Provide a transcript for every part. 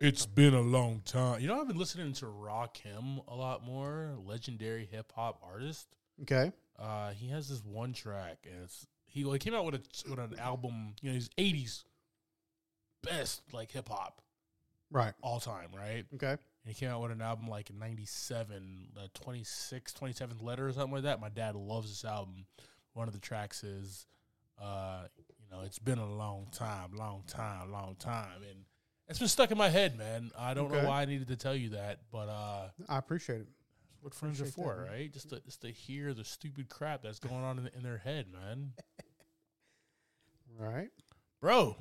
It's been a long time. You know, I've been listening to Rakim a lot more, legendary hip hop artist. Okay. Uh, he has this one track, and it's he like came out with a with an album. You know, his '80s best like hip hop Right. all time, right? Okay. And he came out with an album like in 97, the 26th, 27th letter or something like that. My dad loves this album. One of the tracks is, uh, you know, it's been a long time, long time, long time. And it's been stuck in my head, man. I don't Okay. know why I needed to tell you that, but uh, I appreciate it. what friends are Appreciate for, that, man. right? Just to, just to hear the stupid crap that's going on in, in their head, man. Right. Bro,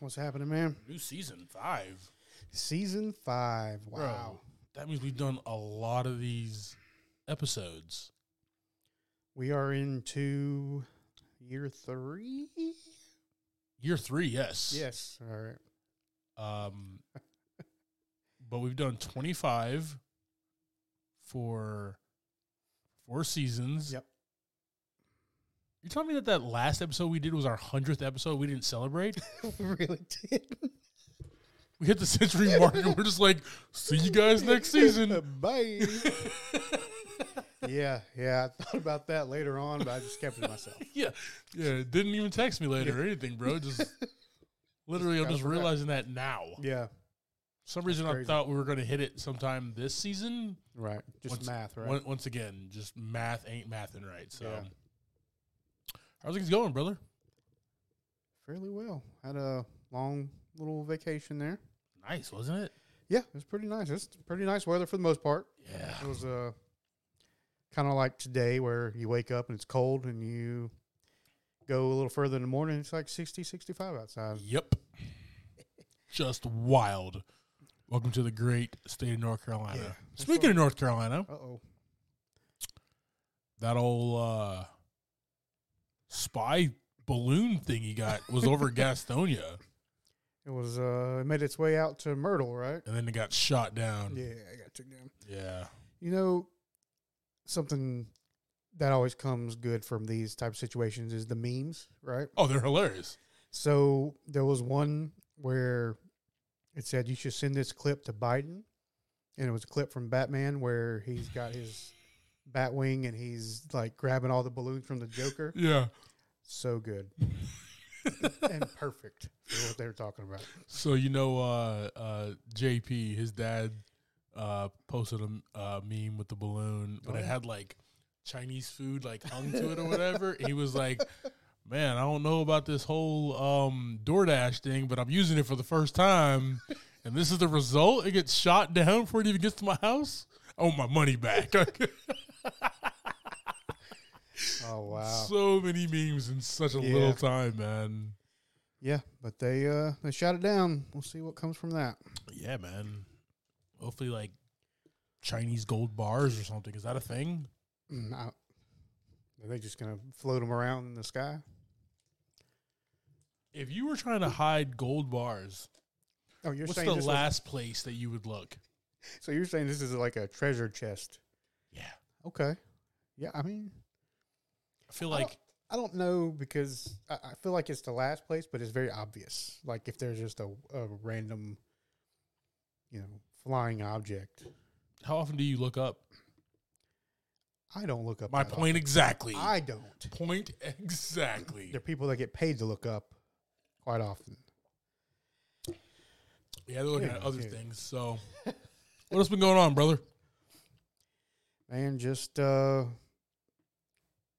What's happening, man? new season five. Season five. Wow. Bro, that means we've done a lot of these episodes. We are into year three. Year three, yes. Yes. All right. Um, but we've done 25 for four seasons. Yep. You're telling me that that last episode we did was our 100th episode? We didn't celebrate? we really did. we hit the century mark and we're just like, see you guys next season. Bye. yeah. Yeah. I thought about that later on, but I just kept it to myself. yeah. Yeah. Didn't even text me later or anything, bro. Just literally, I'm kinda just forgot. realizing that now. For Yeah. some reason, I crazy. thought we were going to hit it sometime this season. Right. Just Once- math, right? Once- Once again, just math ain't mathing right. So, Yeah. how's things going, brother? Fairly well. Had a long little vacation there. Nice, wasn't it? Yeah, it was pretty nice. It's pretty nice weather for the most part. Yeah. It was uh, kind of like today where you wake up and it's cold and you go a little further in the morning. It's like 60, 65 outside. Yep. Just wild. Welcome to the great state of North Carolina. Yeah. Speaking of North Carolina, Uh oh. that old uh, spy balloon thing he got was over Gastonia, It was, uh, it made its way out to Myrtle, right? and then it got shot down. Yeah, I got took down. Yeah. You know, something that always comes good from these type of situations is the memes, right? Oh, they're hilarious. So there was one where it said you should send this clip to Biden, and it was a clip from Batman where he's got his Batwing and he's like grabbing all the balloons from the Joker. Yeah. So good and perfect for what they were talking about. So you know, uh, uh, JP, his dad uh, posted a m- uh, meme with the balloon, but Oh, it yeah. had like Chinese food like hung to it or whatever. he was like, "Man, I don't know about this whole um, DoorDash thing, but I'm using it for the first time, and this is the result. It gets shot down before it even gets to my house. I want my money back." Oh wow, so many memes in such a Yeah. little time, man. yeah. But they uh they shot it down. We'll see what comes from that. Yeah, man. Hopefully, like Chinese gold bars or something. Is that a thing? Mm, I- Are they just gonna float them around in the sky? If you were trying to hide gold bars, Oh, you're what's saying the this was- last place that you would look? so you're saying this is like a treasure chest? Yeah. Okay, yeah. I mean, I feel I like I don't know because I, I feel like it's the last place, but it's very obvious. Like if there's just a, a random, you know, flying object, how often do you look up? I don't look up. My that point exactly. often. I don't. point exactly. There are people that get paid to look up quite often. Yeah, they're looking Yeah, at other yeah. things. So, what else been going on, brother? And just uh,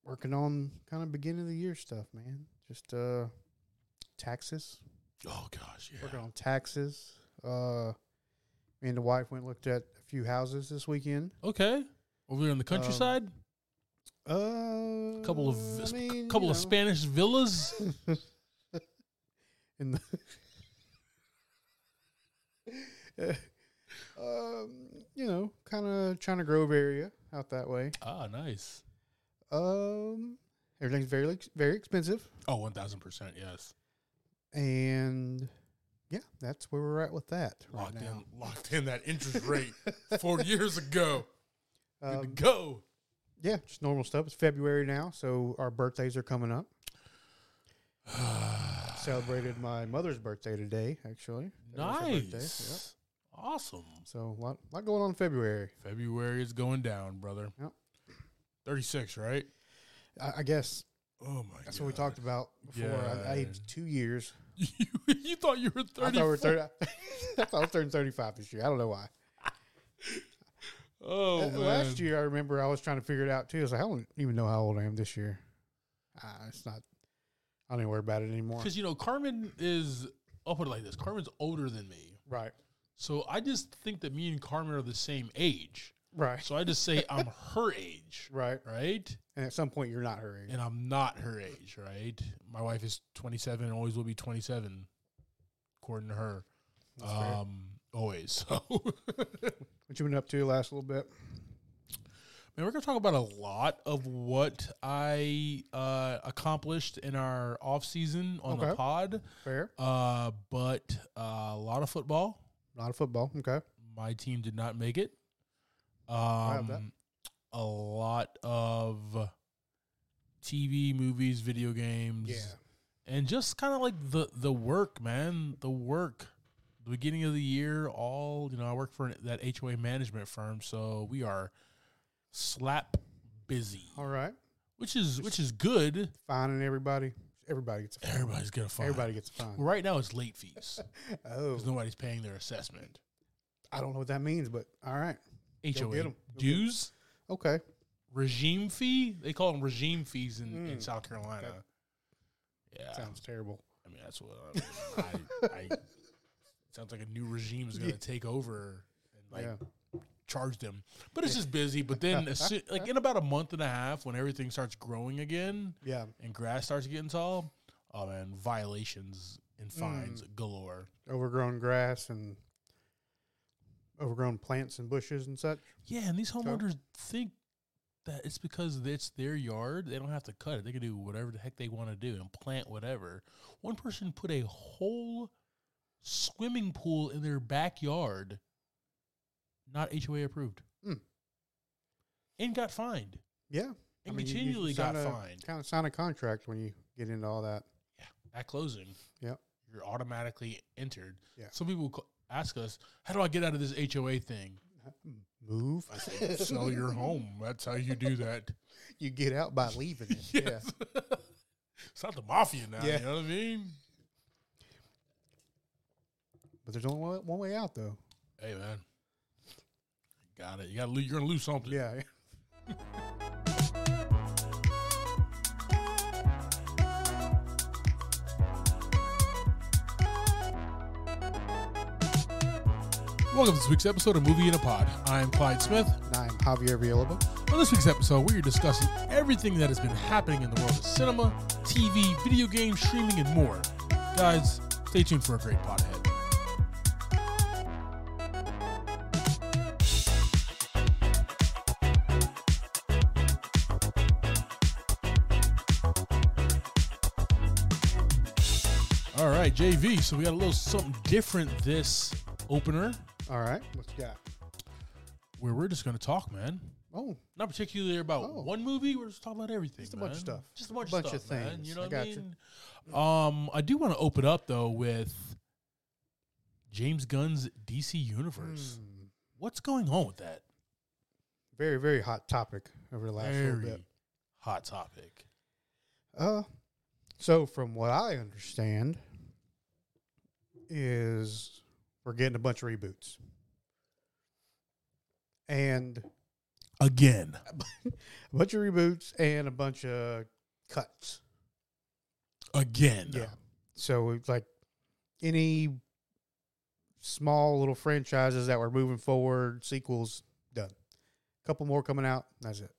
working on kind of beginning of the year stuff, man. Just uh, taxes. Oh gosh, yeah. Working on taxes. Uh, me and the wife went and looked at a few houses this weekend. Okay, over there in the countryside, Uh, a couple of Um, I a mean, you couple of know. Spanish villas. in the um, you know, kind of trying to Grove area out that way. ah, nice. Um, everything's very ex- very expensive, Oh, one thousand percent. Yes, and yeah, that's where we're at with that right locked now. in, locked in that interest rate four years ago. Good to Um, go. yeah, just normal stuff. It's February now, so our birthdays are coming up. Celebrated my mother's birthday today, actually. That was her birthday, yep. Nice. Awesome. So a lot, lot going on in February. February is going down, brother. Yep. 36, right? I, I guess Oh, my that's what we talked about before. I, I aged two years. you, you thought you were 30. I thought we were 30, I thought I was turning 35 this year. I don't know why. Oh, Uh, man. Last year, I remember I was trying to figure it out too. I was like, I don't even know how old I am this year. Uh, it's not. I don't even worry about it anymore. Because, you know, Carmen is, I'll put it like this Carmen's older than me. Right. So I just think that me and Carmen are the same age. Right. So I just say I'm her age, Right. right? And at some point, you're not hurrying. And I'm not her age, right? My wife is 27 and always will be 27, according to her. That's fair. Um, always. So. What you been up to the last little bit? Man, we're gonna talk about a lot of what I uh, accomplished in our off season on the Okay. pod, Fair. uh, but uh, a lot of football. A lot of football. Okay. My team did not make it. have that. Um, a lot of TV, movies, video games, and just kind of like the the work, man, the work. The beginning of the year, all you know, I work for that HOA management firm, so we are slap busy All right. which is which is good. Fining everybody. Everybody gets a fine. Everybody's gonna find Everybody gets a fine. Right now, it's late fees Oh, because nobody's paying their assessment. I don't know what that means, but all right. get HOA 'em. Go get 'em. dues, Okay. regime fee. They call them regime fees in, in Mm. South Carolina. Yeah, Sounds terrible. I mean that's what I, I, I sounds like a new regime is gonna Yeah. take over and like yeah. charge them. But it's just busy. But then, as soo- like in about a month and a half, when everything starts growing again Yeah. and grass starts getting tall, oh man, violations and fines galore. Overgrown grass and overgrown plants and bushes and such. Yeah, and these Okay. homeowners think that it's because it's their yard. They don't have to cut it. They can do whatever the heck they want to do and plant whatever. One person put a whole swimming pool in their backyard, not HOA approved, Mm. and got fined. Yeah. And continually got fined Kind of sign a contract when you get into all that. at closing. Yep. You're automatically entered. Yeah. Some people ca- ask us, how do I get out of this HOA thing? Move. I say, sell your home. That's how you do that. You get out by leaving it. Yeah. Yes. it's not the mafia now. Yeah. You know what I mean? But there's only one- one way out, though. Hey, man. Got it. You got. to You're gonna lose something. Yeah. Welcome to this week's episode of Movie in a Pod. I'm Clyde Smith. And I'm Javier Villalba. On this week's episode, we are discussing everything that has been happening in the world of cinema, TV, video games, streaming, and more. Guys, stay tuned for a great pod ahead. All right, JV. So we got a little something different this opener All right. What you got? where we're just going to talk, man Oh, not particularly about Oh. one movie. We're just talking about everything. Just a bunch of man. stuff. Just a bunch, Bunch of of stuff, man. things. You know I what I got you. mean? Um, I do want to open up though with James Gunn's DC Universe. hmm. What's going on with that? very, very hot topic over the last little bit. Very hot topic. Uh, so from what I understand, is we're getting a bunch of reboots, and Again, a bunch of reboots and a bunch of cuts. again. Yeah. So it's like any small little franchises that were moving forward, sequels done. A couple more coming out. That's it.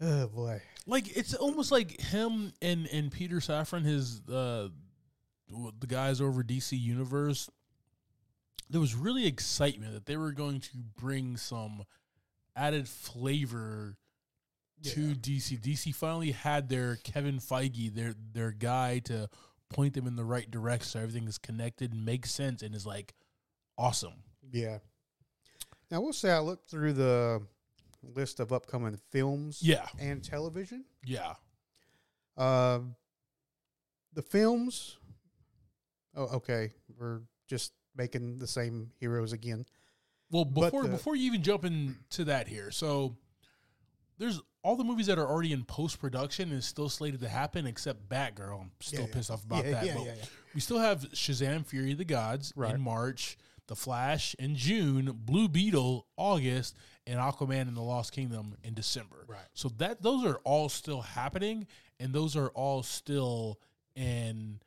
Oh boy. Like it's almost like him and and Peter Safran, his uh, w- the guys over DC Universe. There was really excitement that they were going to bring some added flavor to DC. DC finally had their Kevin Feige, their their guy to point them in the right direction. So everything is connected, and makes sense, and is like awesome. Yeah. Now we'll say I looked through the list of upcoming films Yeah, and television. yeah. Um, the films. Oh, okay. We're just making the same heroes again. Well, But before the- before you even jump into that here, so there's all the movies that are already in post production is still slated to happen, except Batgirl. I'm still Yeah, yeah. pissed off about Yeah, that. yeah, but yeah, yeah. We still have Shazam: Fury of the Gods Right. in March, The Flash in June, Blue Beetle August, and Aquaman and the Lost Kingdom in December. Right. So that those are all still happening, and those are all still in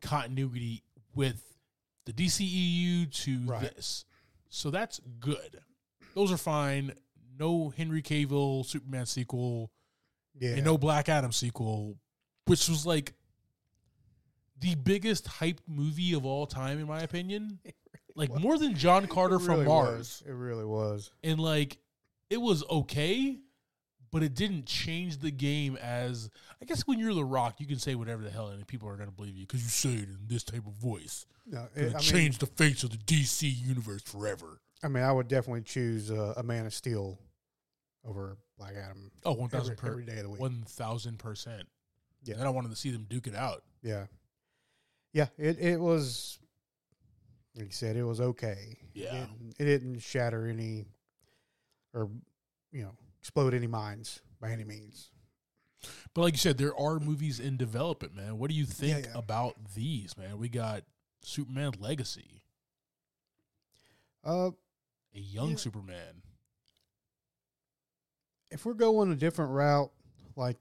continuity with the DCEU to Right. this. So that's good. Those are fine. No Henry Cavill Superman sequel Yeah, and no Black Adam sequel, which was like the biggest hyped movie of all time, in my opinion. Like was. more than John Carter It really from Mars. was. It really was. And like it was okay, but it didn't change the game as I guess when you're The Rock, you can say whatever the hell and people are going to believe you because you say it in this type of voice. No, it- It Eh, I mean, changed the face of the DC universe forever. I mean, I would definitely choose uh, a Man of Steel over Black Adam Oh, 1,000 every, per, every day of the week. one thousand percent. Yeah, Yeah. and I wanted to see them duke it out. Yeah, yeah. It it was like you said, it was okay. Yeah. it didn't, it didn't shatter any or you know explode any minds by any means. But like you said, there are movies in development, man. What do you think yeah. about these, man? We got Superman Legacy, Uh, a young Yeah. Superman. if we're going a different route, like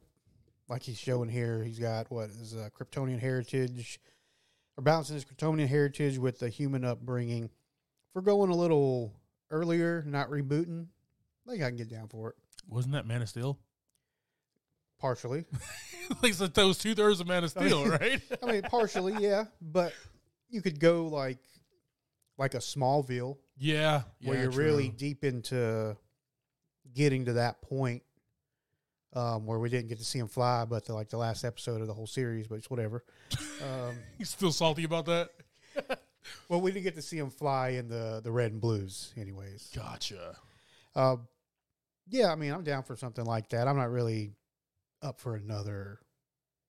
like he's showing here, he's got what is uh, Kryptonian heritage, or balancing his Kryptonian heritage with the human upbringing. If we're going a little earlier, not rebooting, I think I can get down for it Wasn't that Man of Steel? partially. like so those two thirds of Man of I mean- Steel, right? I mean, partially, yeah, but you could go like like a Smallville yeah, where yeah, you're true. really deep into getting to that point um, where we didn't get to see him fly, but the, like the last episode of the whole series, but it's whatever. Um, He's still salty about that. well, we didn't get to see him fly in the the red and blues, anyways. Gotcha. Uh, yeah, I mean, I'm down for something like that. I'm not really up for another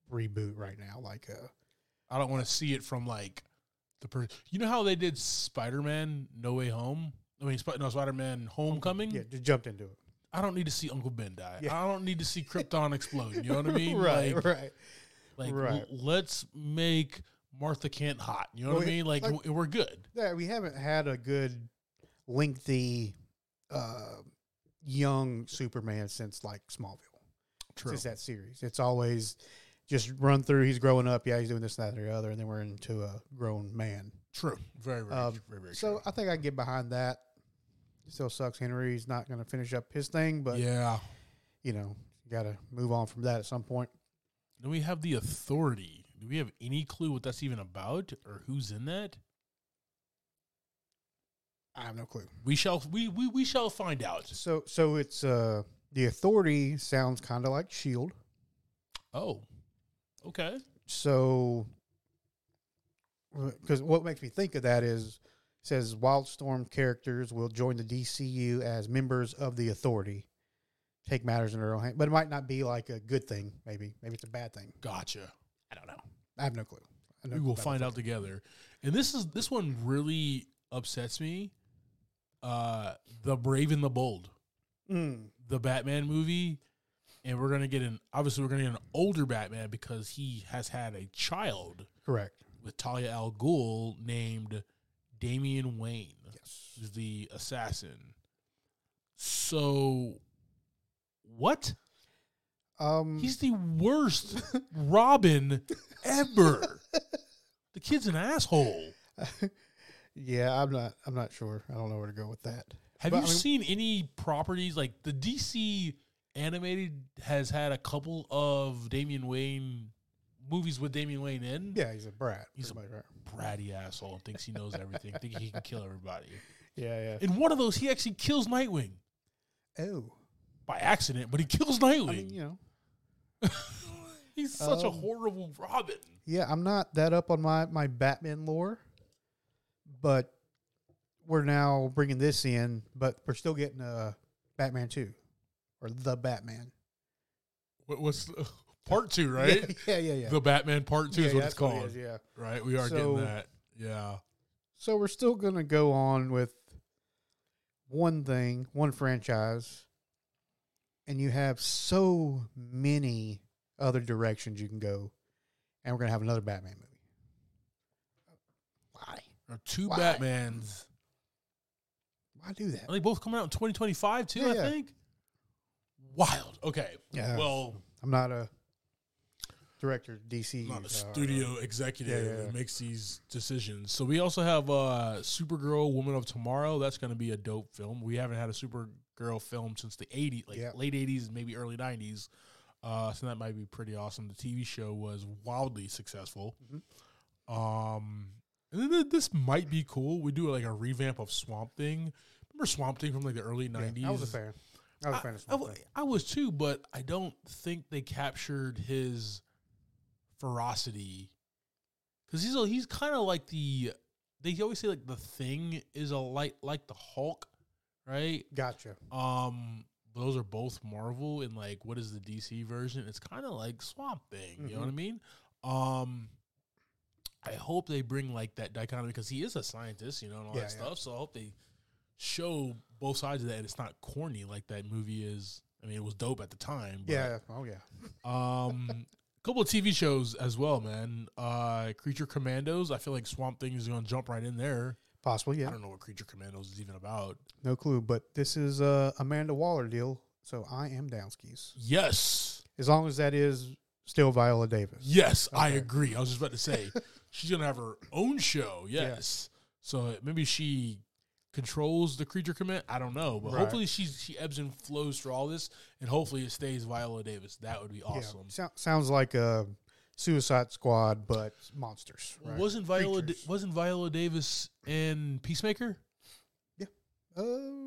reboot right now. Like, uh, I don't want to see it from like the person. You know how they did Spider Man No Way Home. I mean, Sp- no Spider Man Homecoming. yeah, just jumped into it. I don't need to see Uncle Ben die. Yeah. I don't need to see Krypton explode. You know what I mean? right, Like, right. like l- right. let's make Martha Kent hot. You know Well, what I yeah, mean? Like, like- w we're good. Yeah, we haven't had a good lengthy uh, young Superman since like Smallville. True. Since that series, it's always just run through. He's growing up. Yeah, he's doing this, that, or the other, and then we're into a grown man. True. Very, very, Um, tr- very, very So true. I think I can get behind that. Still sucks. Henry's not going to finish up his thing, but yeah. you know, got to move on from that at some point. Then we have the authority. Do we have any clue what that's even about or who's in that? I have no clue. We shall. We we, we shall find out. So, so it's uh, the Authority sounds kind of like Shield. Oh. Okay. so because what makes me think of that is it says wildstorm characters will join the dcu as members of the authority take matters in their own hand but it might not be like a good thing maybe maybe it's a bad thing Gotcha. I don't know. i have no clue I have no we clue will about find it. out together. And this is this one really upsets me. Uh, the brave and the bold. Mm, the Batman movie, and we're gonna get an obviously we're gonna get an older Batman because he has had a child correct with Talia al Ghul named Damian Wayne, yes who's the assassin. So, what? um He's the worst Robin ever. the kid's an asshole. yeah i'm not i'm not sure i don't know where to go with that Have But, you I mean- seen any properties like the DC animated has had a couple of Damian Wayne movies with Damian Wayne in? yeah he's a brat He's a- pretty much, right? Bratty asshole thinks he knows everything, think he can kill everybody. yeah In one of those, he actually kills Nightwing yeah oh by accident, but he kills i Nightwing. mean you know He's such a Um, horrible Robin. Yeah, I'm not that up on my my Batman lore, but we're now bringing this in, but we're still getting uh Batman two or the Batman, What, what's uh, part two, right? Yeah, yeah, yeah. yeah. The Batman part two Yeah, is yeah, what it's that's called, it is, yeah, right? We are So- getting that. Yeah. So we're still going to go on with one thing, one franchise, and you have so many other directions you can go, and we're going to have another Batman movie. Why? There are two Why? Batmans. Why do that? Are they both coming out in 2025 too? Yeah, I yeah. think. Wild. Okay. Yeah. Well, I'm not a director DC. not a uh, studio executive yeah, yeah. that makes these decisions. So we also have uh, Supergirl, Woman of Tomorrow. That's going to be a dope film. We haven't had a Supergirl film since the 80s, like Yeah. late 80s, maybe early 90s. Uh, so that might be pretty awesome. The TV show was wildly successful. Mhm. Um, and then th- this might be cool. We do like a revamp of Swamp Thing. Remember Swamp Thing from like the early yeah, 90s? I was a fan. I was a fan of I, Swamp w- Thing. I was too, but I don't think they captured his ferocity because he's a, he's kind of like the they always say like the thing is a light like the Hulk, right? Gotcha. Um, those are both Marvel, and like what is the DC version? It's kind of like Swamp Thing. You know Mm-hmm. what I mean? Um, I hope they bring like that dichotomy because he is a scientist, you know, and all Yeah, that yeah. stuff. So I hope they show both sides of that. And it's not corny like that movie is. I mean, it was dope at the time. But, Yeah. Oh, yeah. Um, a couple of TV shows as well, man. Uh, Creature Commandos. I feel like Swamp Thing is going to jump right in there. Possible. I Yeah. don't know what Creature Commandos is even about. No clue. But this is a Amanda Waller deal. So I am down skis. Yes. As long as that is still Viola Davis. Yes, I Okay. agree. I was just about to say she's gonna have her own show. Yes, so maybe she controls the creature command. I don't know, but Right. hopefully she she ebbs and flows through all this, and hopefully it stays Viola Davis. That would be Yeah. awesome. Sou- sounds like a Suicide Squad, but monsters. Right? Wasn't Viola Da- Creatures. wasn't Viola Davis in Peacemaker? Uh,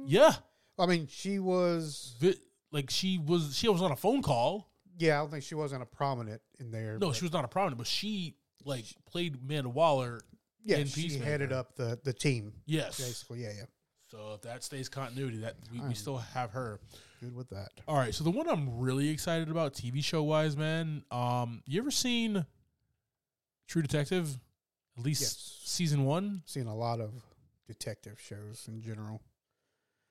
Yeah, I mean, she was. Vi- like she was she was on a phone call. Yeah, I don't think she wasn't a prominent in there. No, but she was not a prominent, but she like played Amanda Waller. Yeah, in she Peacemaker. headed up the the team. Yes, Basically, yeah, yeah. so if that stays continuity, that we, we I'm- still have her. Good with that. All right, so the one I'm really excited about TV show wise, man. Um, you ever seen True Detective? At least Yes. season one. Seen a lot of detective shows in general.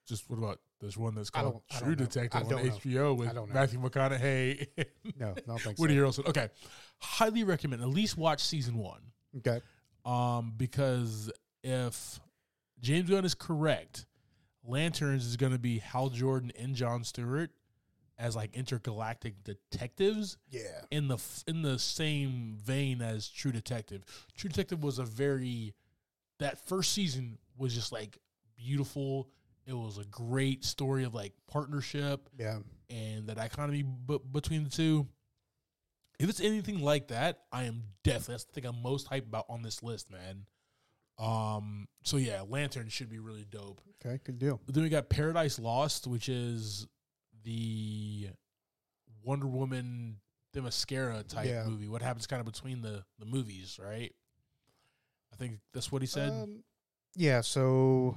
Just what about there's one that's I called don't- I True don't know. I Detective on don't know. HBO with I don't know. Matthew McConaughey, No, I don't think so. Woody Harrelson. Okay, highly recommend. At least watch season one. Okay. Um, because if James Gunn is correct, Lanterns is going to be Hal Jordan and John Stewart as like intergalactic detectives. Yeah. in the f- in the same vein as True Detective. True Detective was a very that first season was just like beautiful. It was a great story of like partnership Yeah. and that dichotomy b- between the two. If it's anything like that, I am definitely that's the thing I'm most hyped about on this list, man. Um, so yeah, Lantern should be really dope. Okay. Good deal. Then we got Paradise Lost, which is the Wonder Woman the mascara type Yeah. movie. What happens kind of between the, the movies, right? I think that's what he said. Um, yeah. So,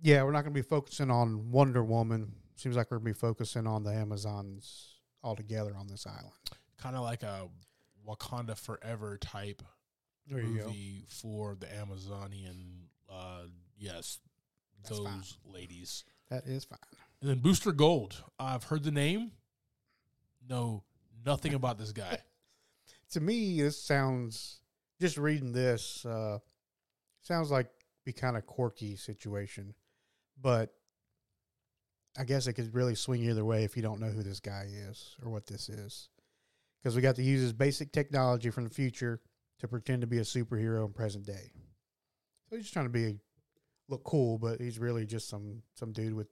yeah, we're not going to be focusing on Wonder Woman. Seems like we're going to be focusing on the Amazons altogether on this island. kind of like a Wakanda Forever type There movie for the Amazonian uh yes, That's those fine. ladies. That is fine. And then Booster Gold. I've heard the name. No, nothing about this guy. To me, this sounds just reading this uh, sounds like be kind of quirky situation, but I guess it could really swing either way if you don't know who this guy is or what this is, because we got to use his basic technology from the future to pretend to be a superhero in present day. So he's just trying to be look cool, but he's really just some some dude with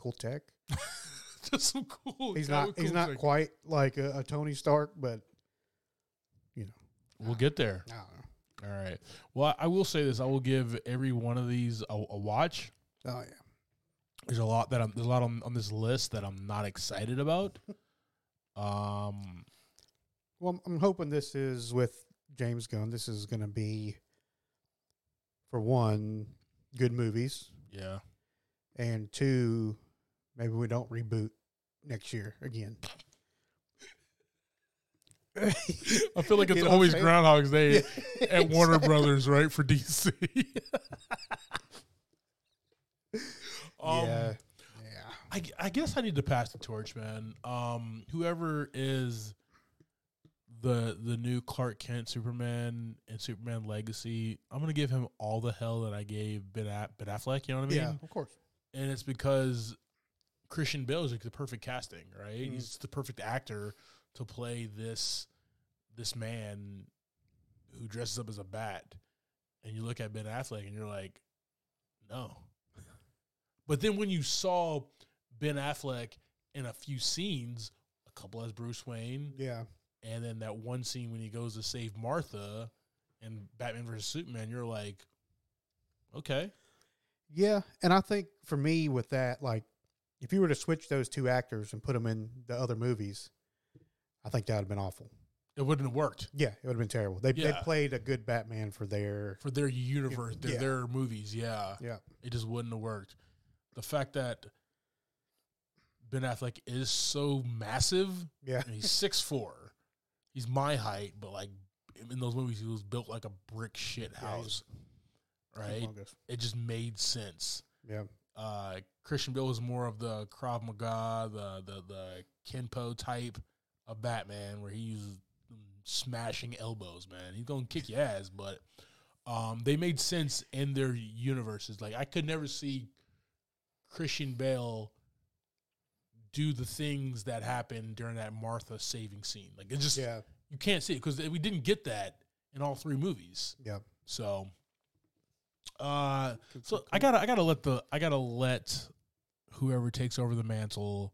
cool tech. Just some cool. He's guy not with he's cool not tech. quite like a, a Tony Stark, but We'll get there. I don't know. All right. Well, I I will say this. I will give every one of these a, a watch. Oh yeah. There's a lot that I'm there's a lot on, on this list that I'm not excited about. Um, Well, I'm- I'm hoping this is with James Gunn. This is going to be, for one, good movies, yeah. and two, maybe we don't reboot next year again. I feel like You it's know what I'm always saying? Groundhog's Day Yeah, at Warner Brothers, right? For DC. um, yeah. I, g- I guess I need to pass the torch, man. Um, whoever is the the new Clark Kent Superman and Superman Legacy, I'm gonna give him all the hell that I gave Ben, a- ben Affleck. You know what I mean? Yeah, of course. and it's because Christian Bale is like the perfect casting, right? Mhm. He's the perfect actor to play this this man who dresses up as a bat. And you look at Ben Affleck and you're like, no. But then when you saw Ben Affleck in a few scenes, a couple as Bruce Wayne, Yeah. and then that one scene when he goes to save Martha in Batman versus Superman, you're like, okay, Yeah, and I think for me with that, like, if you were to switch those two actors and put them in the other movies, I think that would have been awful. it wouldn't have worked. Yeah, it would have been terrible. They they Yeah. played a good Batman for their for their universe, their, Yeah. their movies. Yeah, yeah it just wouldn't have worked. The fact that Ben Affleck is so massive, yeah and he's six four, he's my height, but like in those movies, he was built like a brick shit he's- house, right? humongous. It just made sense. yeah Uh, Christian Bale was more of the Krav Maga, the the the Kenpo type of Batman, where he uses smashing elbows. Man, he's gonna kick your ass. But um, they made sense in their universes. Like I could never see Christian Bale do the things that happened during that Martha saving scene. Like it just yeah you can't see it because we didn't get that in all three movies. yeah. So. Uh, so I gotta, I gotta let the, I gotta let whoever takes over the mantle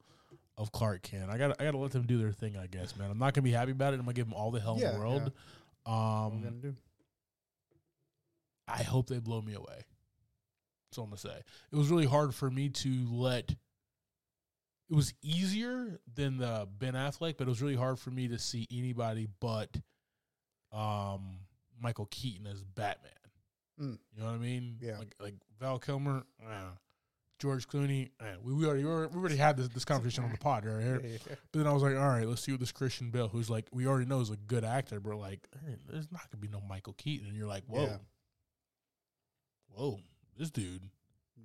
of Clark Kent. I gotta, I gotta let them do their thing. I guess, man. I'm not gonna be happy about it. I'm gonna give them all the hell in Yeah, the world. What we Um, gonna do? I hope they blow me away. That's all I'm gonna say. It was really hard for me to let. It was easier than the Ben Affleck, but it was really hard for me to see anybody but, um, Michael Keaton as Batman. Mm. You know what I mean? Yeah. Like like Val Kilmer, eh. George Clooney. eh. We we already we already had this, this conversation on the pod right here. Yeah. But then I was like, all right, let's see what this Christian Bale, who's like, we already know is a good actor, but like, eh, there's not gonna be no Michael Keaton, and you're like, whoa, Yeah. whoa, this dude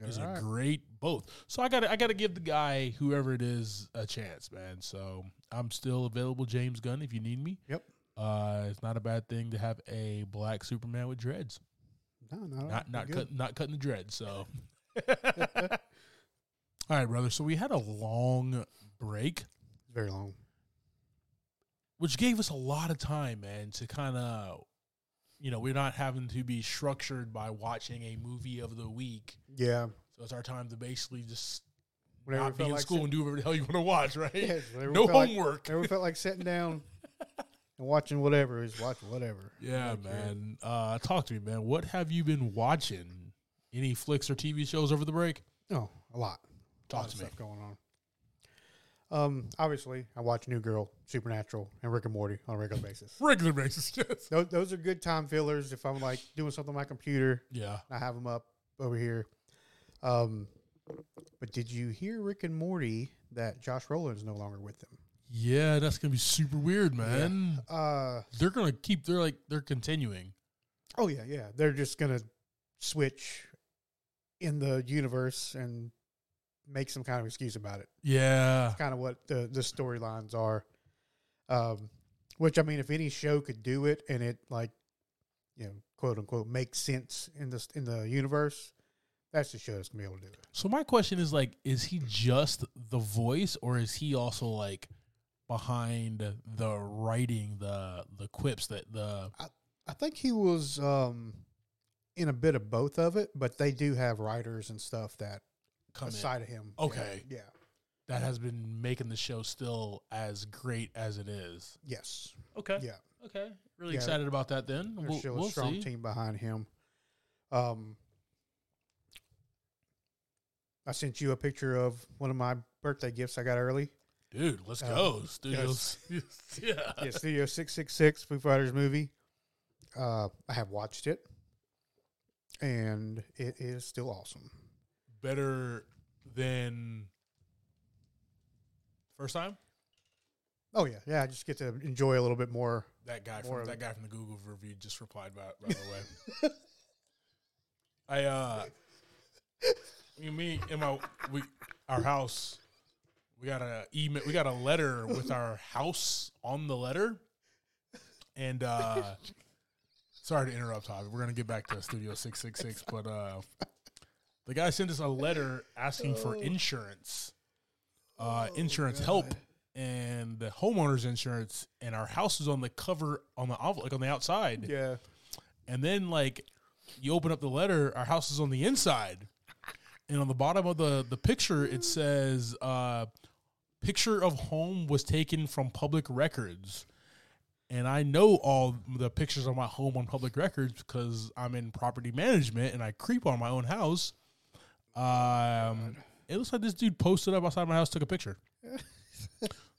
is Alright. a great both. So I got to I got to give the guy whoever it is a chance, man. So I'm still available, James Gunn, if you need me. Yep. Uh, it's not a bad thing to have a black Superman with dreads. no, no, not we're not good. cut, not cutting the dreads. So. All right, brother. So we had a long break. It's very long. which gave us a lot of time, man, to kind of, you know, we're not having to be structured by watching a movie of the week. Yeah, So it's our time to basically just Whenever we not be felt in like school sit- and do whatever the hell you want to watch, right? yeah. it's whenever we no felt like- homework. whenever we felt like sitting down and watching whatever is watching whatever. yeah, Like, man. Uh, talk to me, man. What have you been watching? Any flicks or TV shows over the break? Oh, a lot. Talk lot of to me. stuff going on. Um, obviously, I watch New Girl, Supernatural, and Rick and Morty on a regular basis. Regular basis, yes. Those, those are good time fillers if I'm like doing something on my computer. Yeah. I have them up over here. Um, but did you hear Rick and Morty that Josh Rowland's no longer with them? Yeah, that's going to be super weird, man. Uh, They're going to keep, they're like, they're continuing. oh yeah, yeah. They're just gonna switch in the universe and make some kind of excuse about it. Yeah. kind of what the, the storylines are. Um, which I mean, if any show could do it and it like, you know, quote unquote, makes sense in the in the universe, that's the show that's gonna be able to do it. So my question is like, is he just the voice, or is he also like behind the writing, the the quips that the I think he was um, in a bit of both of it, but they do have writers and stuff that come in, aside of him. Okay. yeah, that has been making the show still as great as it is? yes, Okay, yeah. okay, really Yeah. excited about that. Then There's we'll, still we'll a strong see. team behind him. Um, I sent you a picture of one of my birthday gifts I got early. Dude, let's Um, go, studios. yeah. Yeah, Studio uh, Six Six Six, Foo Fighters movie. Uh, I have watched it, and it is still awesome. better than first time. Oh yeah, yeah. I just get to enjoy a little bit more. That guy More from of that it. guy from the Google review just replied by, by the way. I uh you me and my we our house we got a email we got a letter with our house on the letter. And uh sorry to interrupt, Javi. We're gonna get back to Studio Six Six Six, but uh the guy sent us a letter asking for insurance. Uh insurance help and the homeowner's insurance and our house is on the cover on the envelope like on the outside. Yeah. And then like you open up the letter, our house is on the inside. And on the bottom of the the picture it says uh picture of home was taken from public records. And I know all the pictures of my home on public records because I'm in property management and I creep on my own house. Um, it looks like this dude posted up outside my house, took a picture.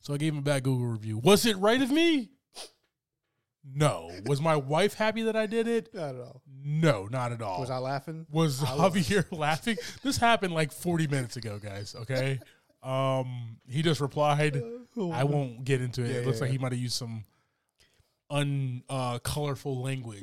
so I gave him a bad Google review. Was it right of me? No. Was my wife happy that I did it? I don't know. No, not at all. Was I laughing? was I was. Javier laughing? This happened like 40 minutes ago, guys. Okay. Um, he just replied, I won't get into it. Uh, Yeah, it looks yeah, like yeah. he might have used some un uh, colorful language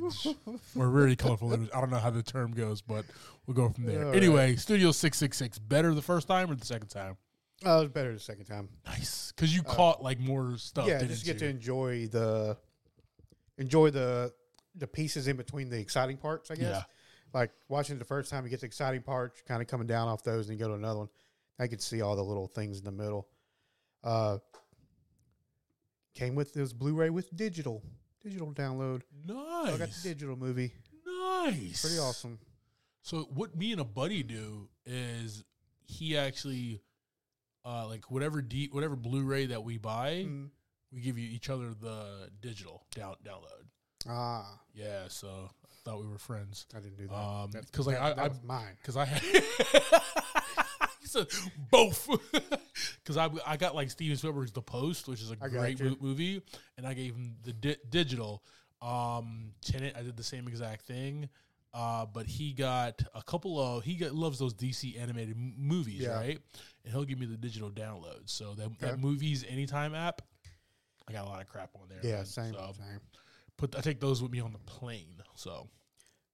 or really colorful language. I don't know how the term goes, but we'll go from there. All anyway, Studio 666, better the first time or the second time? Oh, it was better the second time. Nice. Because you caught like more stuff. Uh, yeah, Oh, didn't just get you? to enjoy the enjoy the the pieces in between the exciting parts. I guess. Yeah. Like watching it the first time, you get the exciting parts, kind of coming down off those, and you go to another one. I could see all the little things in the middle. Uh, came with this Blu-ray with digital digital download. Nice. I got the digital movie. nice. Pretty awesome. So what me and a buddy do is he actually uh like whatever D whatever Blu-ray that we buy, Mm. we give you each other the digital down download. Ah, Yeah, so I thought we were friends. I didn't do that. Um That's- 'cause, like, that, I- that I- was mine. Cause I had he said both. Cause I I got like Steven Spielberg's The Post, which is a I got great you. mo- movie, and I gave him the di- digital. Um, Tenet, I did the same exact thing. Uh, but he got a couple of he got, loves those DC animated m- movies, Yeah. right? And he'll give me the digital download. So that, that Okay. movies anytime app, I got a lot of crap on there. Yeah, man. same, So, same. put I take those with me on the plane. So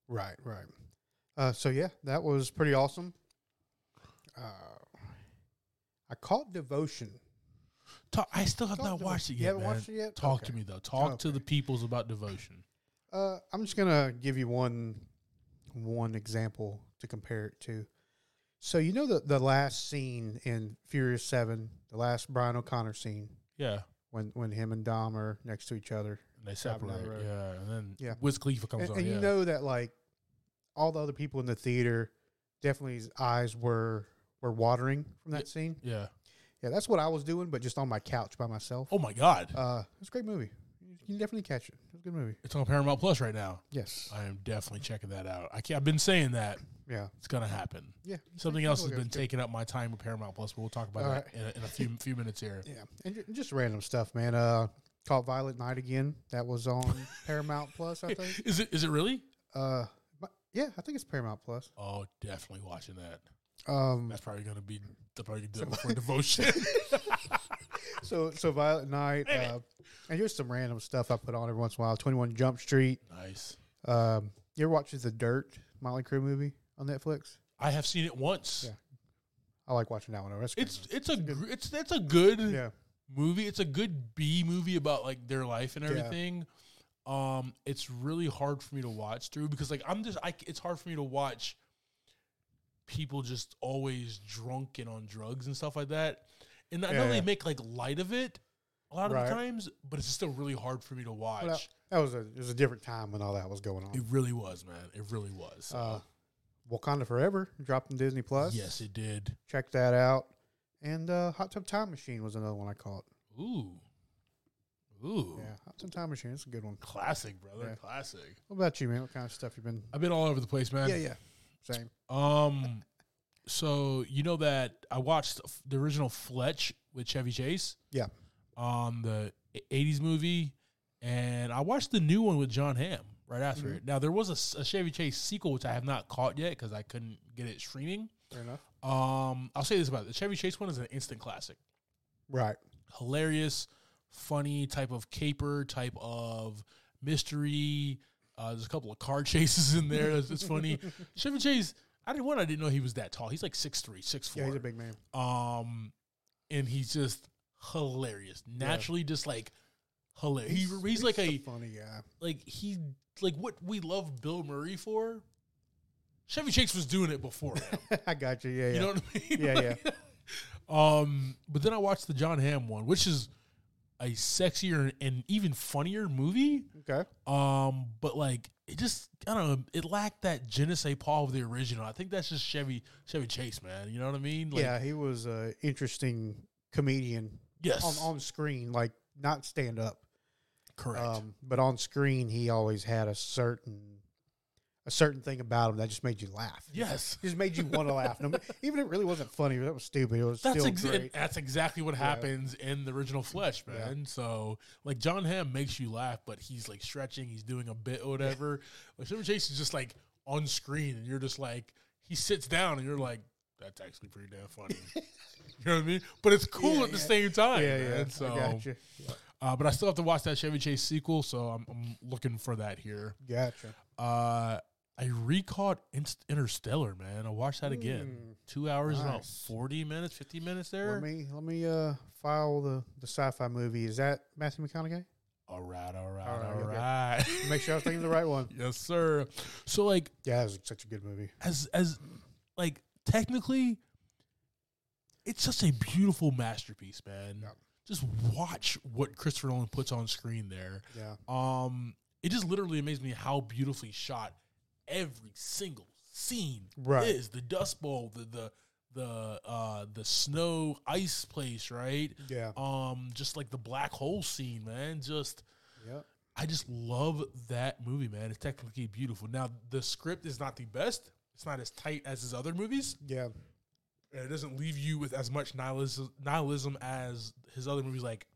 Right, right. Uh, so yeah, that was pretty awesome. Uh, I caught Devotion. Talk, I still have Caught not Devotion. watched it yet. You haven't man. watched it yet? Talk Okay. to me though. Talk to Okay. the peoples about devotion. Uh, I'm just gonna give you one one example to compare it to. So you know the the last scene in Furious Seven, the last Brian O'Connor scene Yeah, when when him and Dom are next to each other, and they Driving down separate. the road. Yeah, and then Yeah. Wiz Khalifa comes and, on. and yeah. you know that like all the other people in the theater, definitely his eyes were were watering from that scene. yeah. Yeah, that's what I was doing, but just on my couch by myself. Oh my God, Uh, it's a great movie. You can definitely catch it. It's a good movie. it's on Paramount Plus right now. Yes. I am definitely checking that out. I can't, I've been saying that Yeah. it's gonna happen. Yeah. Something It's else all has good. been taking up my time with Paramount Plus, but we'll talk about All that in, a, in a few few minutes here. Yeah, and ju- just random stuff, man. Uh, called Violet Night again. That was on Paramount Plus, I think. Is it is it really? Uh, but- yeah, I think it's Paramount Plus. Oh, definitely watching that. Um, That's probably gonna be the probably do it before devotion. so so Violet Night, uh, and here's some random stuff I put on every once in a while. Twenty One Jump Street. nice. Um, you ever watch the Dirt Motley Crue movie on Netflix? I have seen it once. Yeah. I like watching that one. That's great. It's it's a gr- it's that's a good yeah, movie. It's a good B movie about like their life and Yeah. everything. Um, it's really hard for me to watch through because like I'm just I c- it's hard for me to watch people just always drunk and on drugs and stuff like that. And I know Yeah, they yeah. make like light of it a lot of Right. the times, but it's still really hard for me to watch. But I- that was a it was a different time when all that was going on. it really was, man. It really was. Uh, Wakanda Forever dropped on Disney Plus. yes, it did. check that out. And uh, Hot Tub Time Machine was another one I caught. Ooh, ooh, Yeah, Hot Tub Time Machine. It's a good one. classic, brother, Yeah. classic. What about you, man? What kind of stuff you been? I've been all over the place, man. Yeah, yeah, same. Um, so you know that I watched f- the original Fletch with Chevy Chase. Yeah. On the '80s movie, and I watched the new one with John Hamm right after Mhm. it. Now there was a s- a, Chevy Chase sequel which I have not caught yet because I couldn't get it streaming. Fair enough. Um, I'll say this about it: the Chevy Chase one is an instant classic, Right. hilarious, funny type of caper, type of mystery. Uh, there's a couple of car chases in there. It's, it's funny. Chevy Chase. I didn't one. I didn't know he was that tall. He's like 6'3", 6'4". Yeah, he's a big man. um, and he's just hilarious. Naturally, just like hilarious. He, he's, like a a funny guy. like he like what we love Bill Murray for. Chevy Chase was doing it before. him. I got you. Yeah, yeah. You know what I mean? Yeah, Like, um, but then I watched the John Hamm one, which is a sexier and even funnier movie. okay. Um, but like it just I don't know, it lacked that je ne sais pas of the original. I think that's just Chevy Chevy Chase, man. You know what I mean? Like, yeah, he was an interesting comedian Yes. on on screen, like not stand up, correct. um, but on screen he always had a certain a certain thing about him that just made you laugh. yes. just made you want to laugh. No, even if it really wasn't funny, that was stupid. It was That's still exa- great. that's exactly what happens in the original Flesh, Yeah. man. So like John Hamm makes you laugh, but he's like stretching, he's doing a bit or whatever. Like Chevy Chase is just like on screen, and you're just like he sits down, and you're like, that's actually pretty damn funny. you know what I mean? But it's cool Yeah, at the yeah. same time. Yeah, Yeah, yeah. So, I gotcha. uh, but I still have to watch that Chevy Chase sequel, so I'm, I'm looking for that here. Gotcha. Uh, I recaught Inst- Interstellar, man. I watched that again. Two hours and about Mm. nice. forty minutes, fifty minutes there. Hmm. Let me let me uh file the the sci-fi movie. Is that Matthew McConaughey? All right, all right, All right, all okay. right. Make sure I was thinking of the right one. yes, sir. So like Yeah, that was such a good movie. as as like technically it's just a beautiful masterpiece, man. Yeah. Just watch what Christopher Nolan puts on screen there. Yeah, Um it just literally amazed me how beautifully shot every single scene Right. is. The dust bowl, the the the uh the snow ice place, right? yeah, Um just like the black hole scene, man. Just yeah. I just love that movie, man. It's technically beautiful. Now, the script is not the best. It's not as tight as his other movies. Yeah, And it doesn't leave you with as much nihilism, nihilism as his other movies like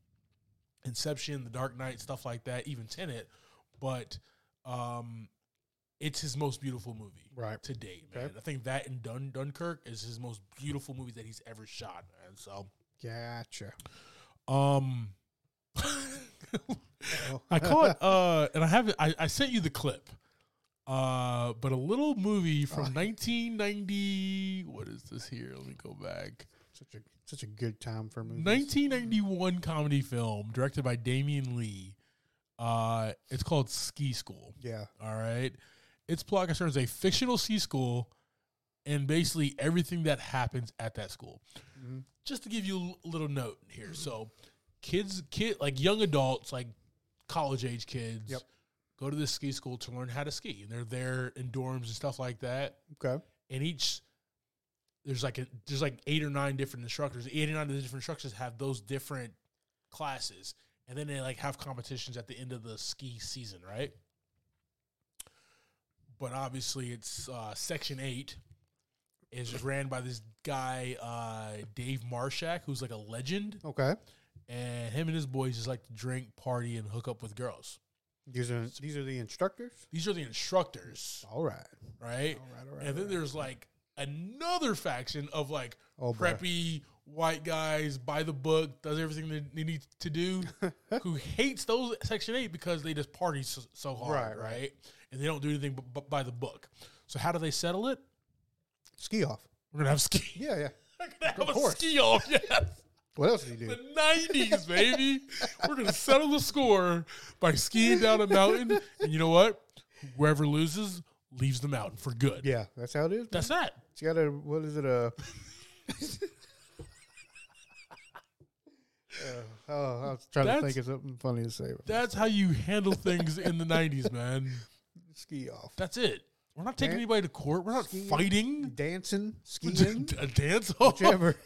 Inception, The Dark Knight, stuff like that, even Tenet. But um, it's his most beautiful movie right. to date, Okay. man. I think that and Dun- Dunkirk is his most beautiful movie that he's ever shot, man. So, Gotcha. um, Oh. I caught uh and I have I, I sent you the clip. Uh but a little movie from nineteen ninety what is this here? Let me go back. such a such a good time for movies. Nineteen ninety one comedy film directed by Damien Lee. Uh it's called Ski School. Yeah, All right. Its plot concerns a fictional ski school and basically everything that happens at that school. Mhm. Just to give you a little note here. So, kids, kid, like young adults, like college age kids, Yep. go to this ski school to learn how to ski. And they're there in dorms and stuff like that. okay. And each, there's like a, there's like eight or nine different instructors. Eight or nine of the different instructors have those different classes. And then they like have competitions at the end of the ski season, right? but obviously it's uh, Section Eight is ran by this guy uh, Dave Marshak, who's like a legend, Okay. and him and his boys just like to drink, party, and hook up with girls. These are these are the instructors. These are the instructors, All right. right? All right. All right. And then there's like another faction of like oh, boy. preppy white guys by the book, does everything that they need to do, who hates those Section 8 because they just party so, so hard, Right, right, right. And they don't do anything but, but by the book. So how do they settle it? ski off. We're gonna have ski. Yeah, yeah. We're gonna have Of a course. ski off. Yes, What else did he the do? nineties, baby. We're gonna settle the score by skiing down a mountain, and you know what? Whoever loses leaves the mountain for good. Yeah, that's how it is. That's that. It's got a what is it a? Uh, oh, I was trying to That's- think of something funny to say. That's how you handle things in the nineties, man. Ski off, That's it. We're not taking Man. anybody to court. We're not Skiing. fighting. dancing, skiing, A dance off, whichever.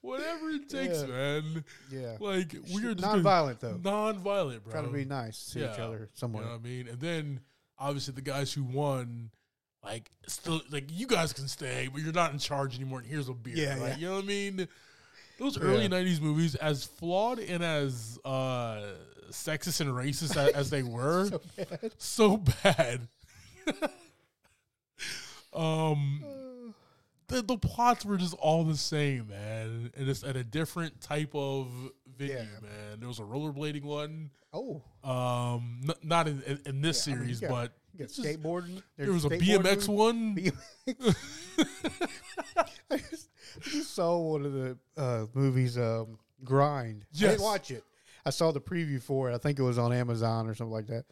whatever it takes, Yeah. man. Yeah, Like we're just gonna- non-violent though. non-violent, bro. Trying to be nice to each Yeah. other somewhere. You know what I mean? And then obviously the guys who won, like still like you guys can stay, but you're not in charge anymore. And here's a beer. Yeah, like, yeah. You know what I mean? Those early Yeah. '90s movies, as flawed and as uh, sexist and racist as, as they were, so bad. um, the, the plots were just all the same, man. And it's at a different type of venue, Yeah. man. There was a rollerblading one. Oh, Um, n- not in in, in this Yeah, I mean, you series, got- but you got it's just- skateboarding. there was a skateboarding. BMX one. I just, I just saw one of the uh, movies, um, Grind. I Yes. didn't watch it. I saw the preview for it. I think it was on Amazon or something like that.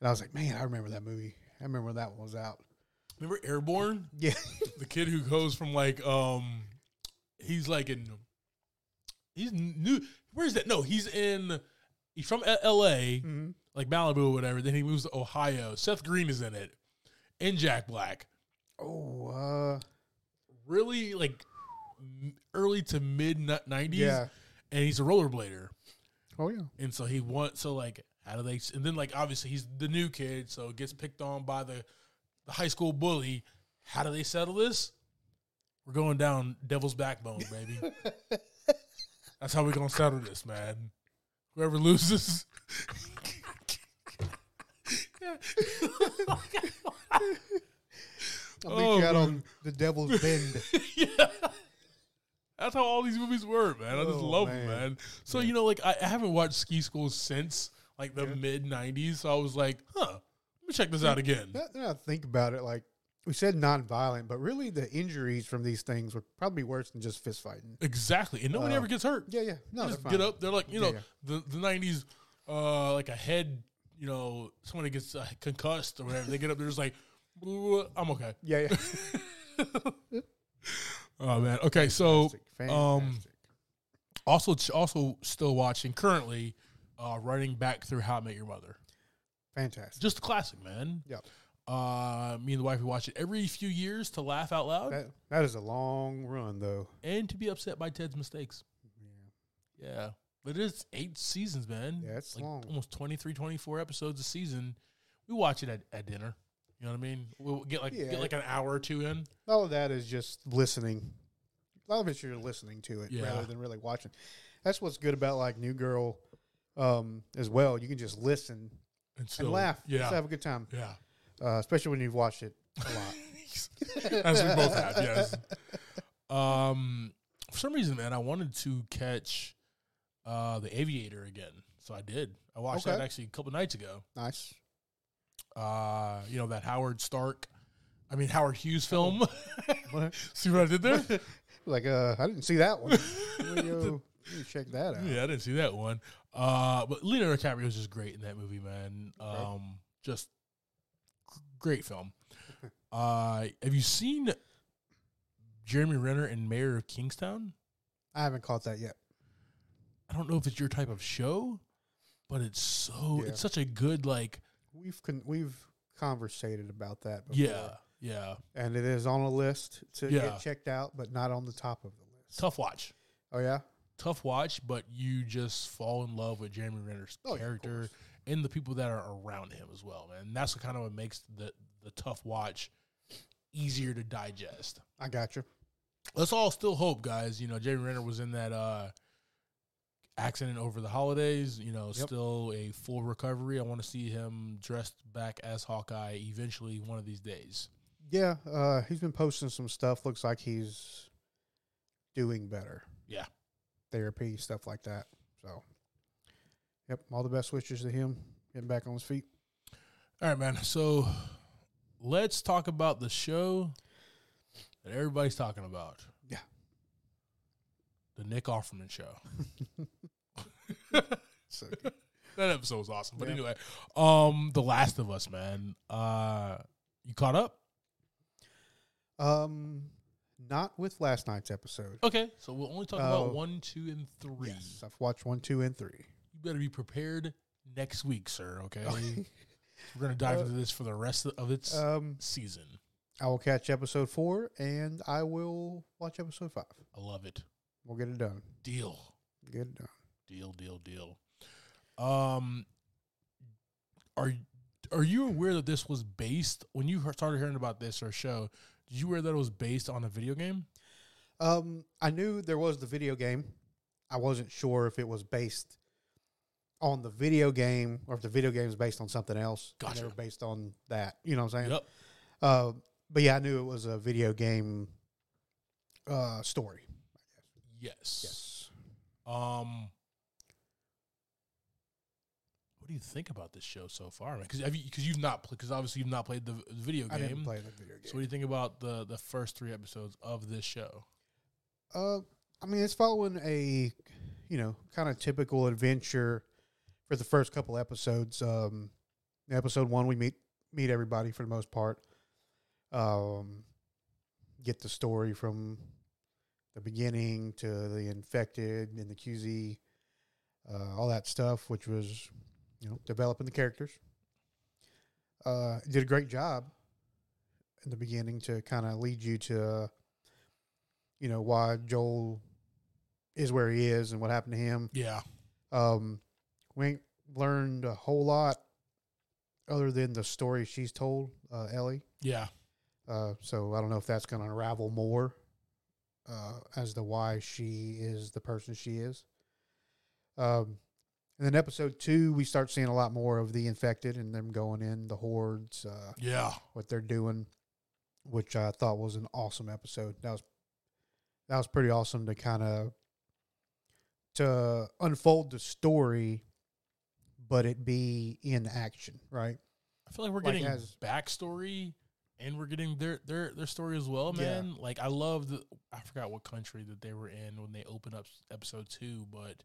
And I was like, man, I remember that movie. I remember when that one was out. Remember Airborne? Yeah. the kid who goes from like um he's like in he's new where's that no he's in he's from L- la Mhm. like malibu or whatever then he moves to ohio seth green is in it and jack black Oh, uh, really like m- early to mid nu- 90s yeah. and he's a rollerblader Oh, yeah. and so he wants so like how do they and then like obviously he's the new kid so gets picked on by the, the high school bully how do they settle this we're going down devil's backbone baby that's how we're going to settle this man whoever loses I will Oh, you out man. on the Devil's Bend. yeah. That's how all these movies were, man. I just Oh, love them, man. man. So, you know, like, I, I haven't watched Ski School since, like, the Yeah. mid 90s. So I was like, huh, let me check this out again. Now now I think about it, like we said, nonviolent, but really the injuries from these things were probably worse than just fist fighting. Exactly. And nobody Uh, ever gets hurt. Yeah, yeah. No, They they're just fine. get up. They're like, you know, Yeah, the, the 90s, uh, like a head, you know, somebody gets uh, concussed or whatever. They get up, they're just like, "Blah, I'm okay. Yeah, yeah. Oh, man. Okay. So, Fantastic, um, fantastic. also, also still watching currently, uh, running back through How I Met Your Mother. fantastic. Just a classic, man. Yep. Uh, me and the wife we watch it every few years to laugh out loud That, that is a long run, though. and to be upset by Ted's mistakes. Yeah. Yeah. But it's eight seasons, man. Yeah, it's like long. Almost 23, 24 episodes a season. We watch it at, at dinner. You know what I mean? We'll get like Yeah. get like an hour or two in. All of that is just listening. A lot of it's you're listening to it Yeah. rather than really watching. That's what's good about like New Girl um, as well. You can just listen And, so, and laugh. Yeah. Just have a good time, yeah. uh, especially when you've watched it a lot. As we both have, yes. Um, for some reason, man, I wanted to catch uh, The Aviator again. So I did. I watched Okay. that actually a couple nights ago. nice. uh, you know, that Howard Stark, I mean, Howard Hughes film. What? see what I did there? Like, uh, I didn't see that one. Let me go- let me check that out. yeah, I didn't see that one. Uh, but Leonardo DiCaprio was just great in that movie, man. Um, Okay. Just g- great film. Uh, have you seen Jeremy Renner and Mayor of Kingstown? I haven't caught that yet. I don't know if it's your type of show, but it's so, Yeah. it's such a good, like, We've con- we've conversated about that. Before, yeah, yeah, and it is on a list to Yeah. get checked out, but not on the top of the list. tough watch. Oh yeah, tough watch, but you just fall in love with Jeremy Renner's Oh, yeah, of character course. and the people that are around him as well, man. And that's what kind of what makes the the tough watch easier to digest. I got you. Let's all still hope, guys. You know, Jeremy Renner was in that uh accident over the holidays. You know, Yep. still a full recovery. I want to see him dressed back as Hawkeye eventually one of these days. Yeah, uh, he's been posting some stuff. Looks like he's doing better. Yeah. therapy stuff like that. So, yep, all the best wishes to him getting back on his feet. All right, man. So let's talk about the show that everybody's talking about. Yeah. The Nick Offerman show. So, That episode was awesome. But Yeah. anyway, um, The Last of Us, man. Uh you caught up? um, not with last night's episode. Okay. So we'll only talk about Oh. one, two, and three. Yes, I've watched one, two, and three. You better be prepared next week, sir, okay? We're gonna dive Uh, into this for the rest of its um, season. I will catch episode four, and I will watch episode five. I love it. We'll get it done. Deal. Get it done. Deal, deal, deal. Um, are are you aware that this was based when you heard- started hearing about this or show? Did you aware that it was based on a video game? Um, I knew there was the video game. I wasn't sure if it was based on the video game or if the video game is based on something else. and Gotcha. They were based on that. You know what I'm saying? Yep. Uh, but yeah, I knew it was a video game uh, story. Yes. Yes. Um, what do you think about this show so far, man? Because you, cause you've not because obviously you've not played the v- video game. I didn't play the video game. So what do you think about the the first three episodes of this show? Uh, I mean, it's following a, you know, kind of typical adventure for the first couple episodes. Um, in episode one, we meet meet everybody for the most part. Um, get the story from the beginning to the infected and the QZ, uh, all that stuff, which was, you know, developing the characters. Uh, did a great job in the beginning to kind of lead you to. Uh, you know why Joel is where he is and what happened to him. Yeah. Um, we ain't learned a whole lot other than the story she's told, uh, Ellie. Yeah. Uh, so I don't know if that's going to unravel more uh, as to why she is the person she is. Um, and then episode two, we start seeing a lot more of the infected and them going in the hordes. Uh, Yeah. what they're doing, which I thought was an awesome episode. That was that was pretty awesome to kind of to unfold the story, but it be in action, right? I feel like we're Like, getting as- backstory and we're getting their their their story as well, Yeah. man. Like I love the I forgot what country that they were in when they opened up s- episode two, but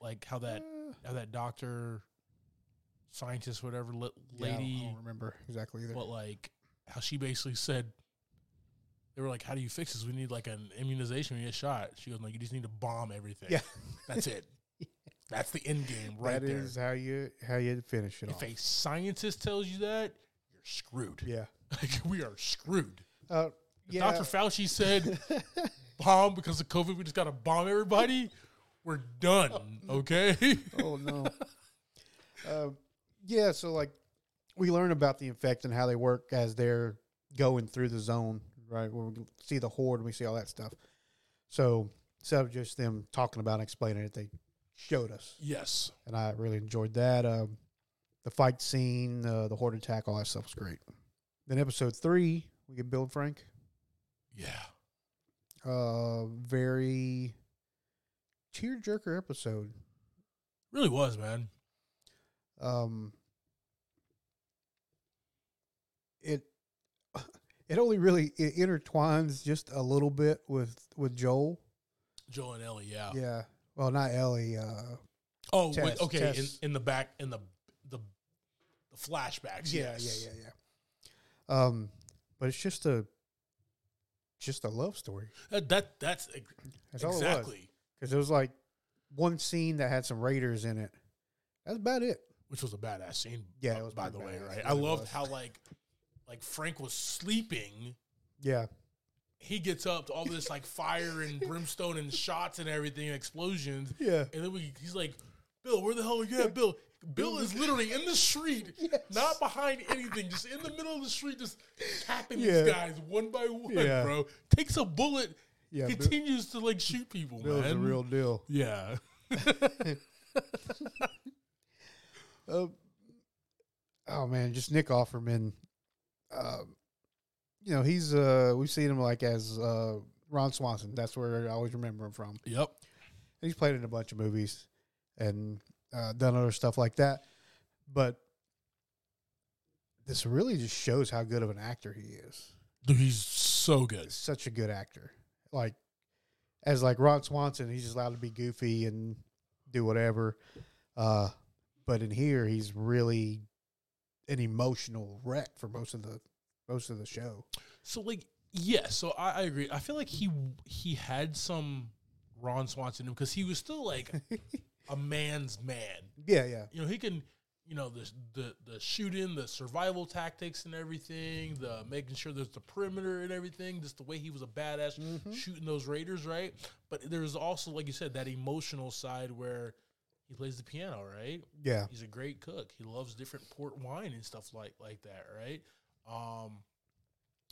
like how that Uh, how that doctor, scientist, whatever li- yeah, I don't- I lady, don't remember exactly either. but like how she basically said. They were like, "How do you fix this? We need like an immunization. We need a shot." She goes, "Like you just need to bomb everything. yeah, That's it. That's the end game right that there. is how you how you finish it if off. a scientist tells you that, you're screwed. Yeah, Like we are screwed. uh, If yeah. Dr. Fauci said bomb because of COVID, we just gotta bomb everybody. We're done. Okay. oh no. Uh, yeah, so like we learn about the infect and how they work as they're going through the zone, right? Where we see the horde and we see all that stuff. So instead of just them talking about and explaining it, they showed us, yes. and I really enjoyed that. Um, the fight scene, uh, the horde attack, all that stuff was great. Then episode three, we get Bill and Frank. Yeah. Uh, very tearjerker episode. Really was, man. um, it it only really it intertwines just a little bit with with Joel. Joel and Ellie, yeah. Yeah. Well, not Ellie. Uh, Oh, wait, Tess, okay. In, Tess. in the back in the the the flashbacks. yeah, yes. yeah, yeah, yeah. Um, but it's just a just a love story. That, that that's ex- That's all it was. exactly. Because it was like one scene that had some raiders in it. That's about it. which was a badass scene. Yeah, b- it was by the pretty way, badass. right? It I really loved was. how like like Frank was sleeping. Yeah. He gets up to all this like fire and brimstone and shots and everything, and explosions, Yeah. and then we, he's like, "Bill, where the hell are you at, Bill?" Bill is literally in the street, Yes. not behind anything, just in the middle of the street, just tapping Yeah. these guys one by one, Yeah. bro. Takes a bullet, Yeah. Bill, continues to like shoot people, Bill's man. the real deal. yeah, Uh, oh man, just Nick Offerman. Um, you know, he's uh, we've seen him like as uh, Ron Swanson. That's where I always remember him from. yep, He's played in a bunch of movies and uh, done other stuff like that. But this really just shows how good of an actor he is. dude, he's so good. Such a good actor. Like as like Ron Swanson, he's just allowed to be goofy and do whatever. Uh, but in here, he's really an emotional wreck for most of the most of the show. So like yeah, so I, I agree. I feel like he he had some Ron Swanson in him because he was still like a man's man. Yeah, yeah, You know, he can you know the the the shooting, the survival tactics and everything, the making sure there's the perimeter and everything, just the way he was a badass Mm-hmm. shooting those raiders, right? But there's also like you said that emotional side where he plays the piano, right? yeah. He's a great cook. He loves different port wine and stuff like like that, right? Um,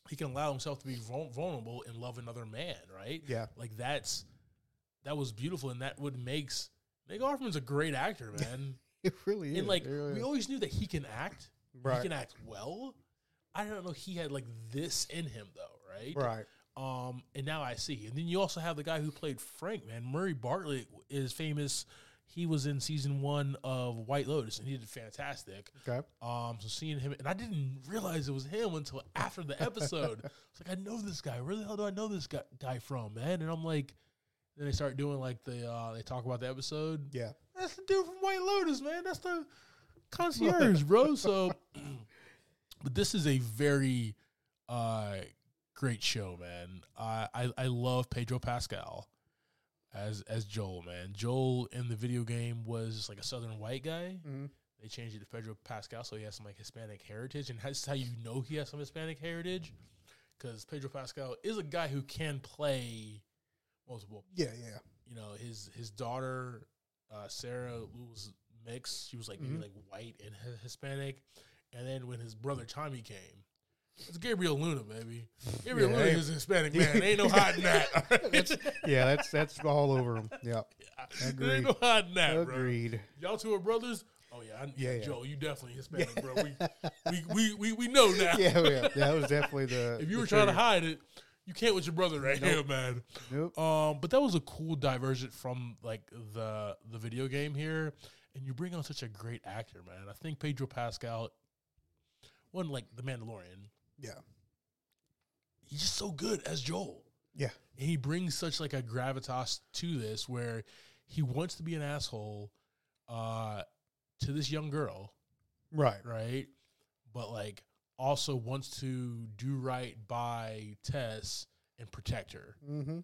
he can allow himself to be vul- vulnerable and love another man, right? Yeah. like that's that was beautiful, and that what makes Nick Offerman's a great actor, man. It really is. and like It really we is. always knew that he can act, he Right. can act well. I don't know. He had like this in him though, right? right. Um, and now I see. And then you also have the guy who played Frank, man. Murray Bartlett is famous. He was in season one of White Lotus and he did fantastic. Okay. Um, so seeing him, and I didn't realize it was him until after the episode. it's like I know this guy. Where the hell do I know this guy, guy from, man? And I'm like, then they start doing like the uh, they talk about the episode. Yeah. That's the dude from White Lotus, man. That's the concierge, bro. So, but this is a very uh, great show, man. I, I I love Pedro Pascal as as Joel, man. Joel in the video game was like a Southern white guy. Mhm. They changed it to Pedro Pascal, so he has some like Hispanic heritage, and that's how you know he has some Hispanic heritage, because Pedro Pascal is a guy who can play multiple Yeah. Yeah. you know his his daughter uh, Sarah was mixed. She was like maybe Mhm. like white and hi- Hispanic. And then when his brother Tommy came, it's Gabriel Luna, baby. Gabriel Yeah, Luna ain't- is a Hispanic man. Ain't no hiding that. all right? Yeah. That's that's all over him. Yeah. Ain't agreed. no hiding that, bro. Agreed. Y'all two are brothers. Oh yeah, I, yeah, Yeah, yeah. Joe, you definitely Hispanic, bro. We, we, we, we, we know now. Yeah. Yeah. That was definitely the. If you the were trying to trigger. hide it, you can't with your brother right here, man. Nope. Um, but that was a cool diversion from like the the video game here, and you bring on such a great actor, man. I think Pedro Pascal, one like the Mandalorian, Yeah. he's just so good as Joel, Yeah. and he brings such like a gravitas to this where he wants to be an asshole, uh, to this young girl, Right. right? But like also wants to do right by Tess and protect her. Mm-hmm.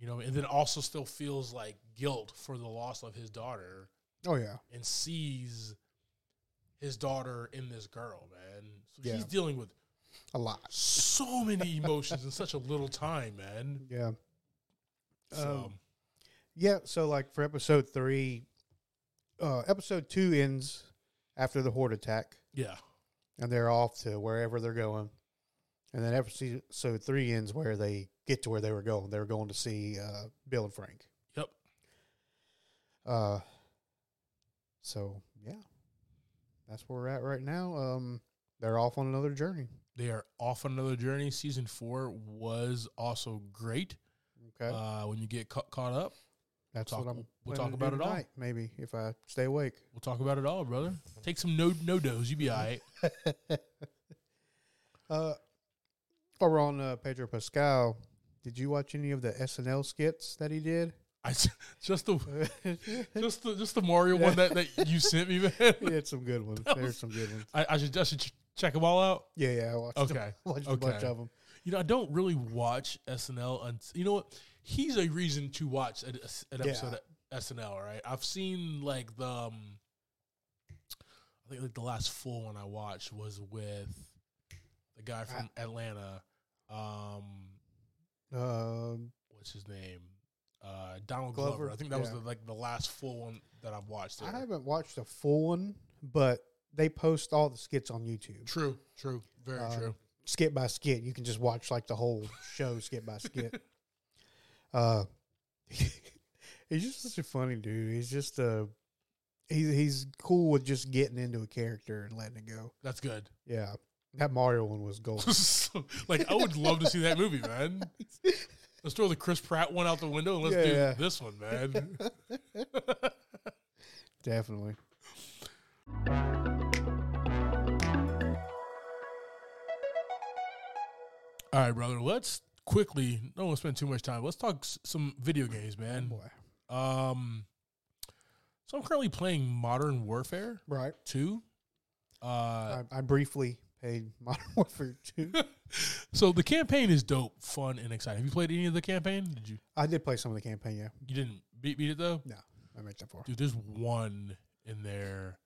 you know, and then also still feels like guilt for the loss of his daughter Oh yeah. and sees his daughter in this girl, man. So Yeah. he's dealing with A lot. so many emotions in such a little time, man. Yeah. So Um, Yeah, so like for episode three, uh, episode two ends after the horde attack, yeah, and they're off to wherever they're going. And then episode three ends where they get to where they were going. They were going to see uh, Bill and Frank. yep. Uh, so yeah, that's where we're at right now. Um, they're off on another journey. They are off on another journey. Season four was also great. Okay, Uh, when you get ca- caught up, that's talk- what I'm. we'll planning talk to do about it all. tonight, Maybe if I stay awake. we'll talk about it all, brother. Take some no no dos, you be all right. Uh, while we're on uh, Pedro Pascal, did you watch any of the SNL skits that he did? I s- just the he just the just the Mario one that, that you sent me, man. had some good ones. That There's was- some good ones. I, I should I should ch- check them all out. Yeah, yeah, I watched, them. Okay. watched a okay. bunch of them. You know, I don't really watch SNL. Un- you know what? He's a reason to watch an, an episode of SNL. Right? I've seen like the, um, I think like the last full one I watched was with the guy from Ah. Atlanta. Um, Um, what's his name? Uh, Donald Glover. Glover? I think that was Yeah. the, like the last full one that I've watched. I there. haven't watched a full one, but they post all the skits on YouTube, True. True. Very Uh, true. skit by skit. You can just watch like the whole show, skit by skit. Uh, he's just such a funny dude. He's just uh, he's he's cool with just getting into a character and letting it go. That's good. Yeah, that Mario one was gold. like I would love to see that movie, man. Let's throw the Chris Pratt one out the window and let's Yeah, do yeah. this one, man. Definitely. All right, brother. Let's quickly. Don't want to spend too much time. Let's talk s- some video games, man. Boy. Um, so I'm currently playing Modern Warfare Right. Two. Uh, I, I briefly paid Modern Warfare 2. so the campaign is dope, fun, and exciting. Have you played any of the campaign? Did you? I did play some of the campaign, yeah. You didn't beat beat it though. No, I made that far. Dude, there's one in there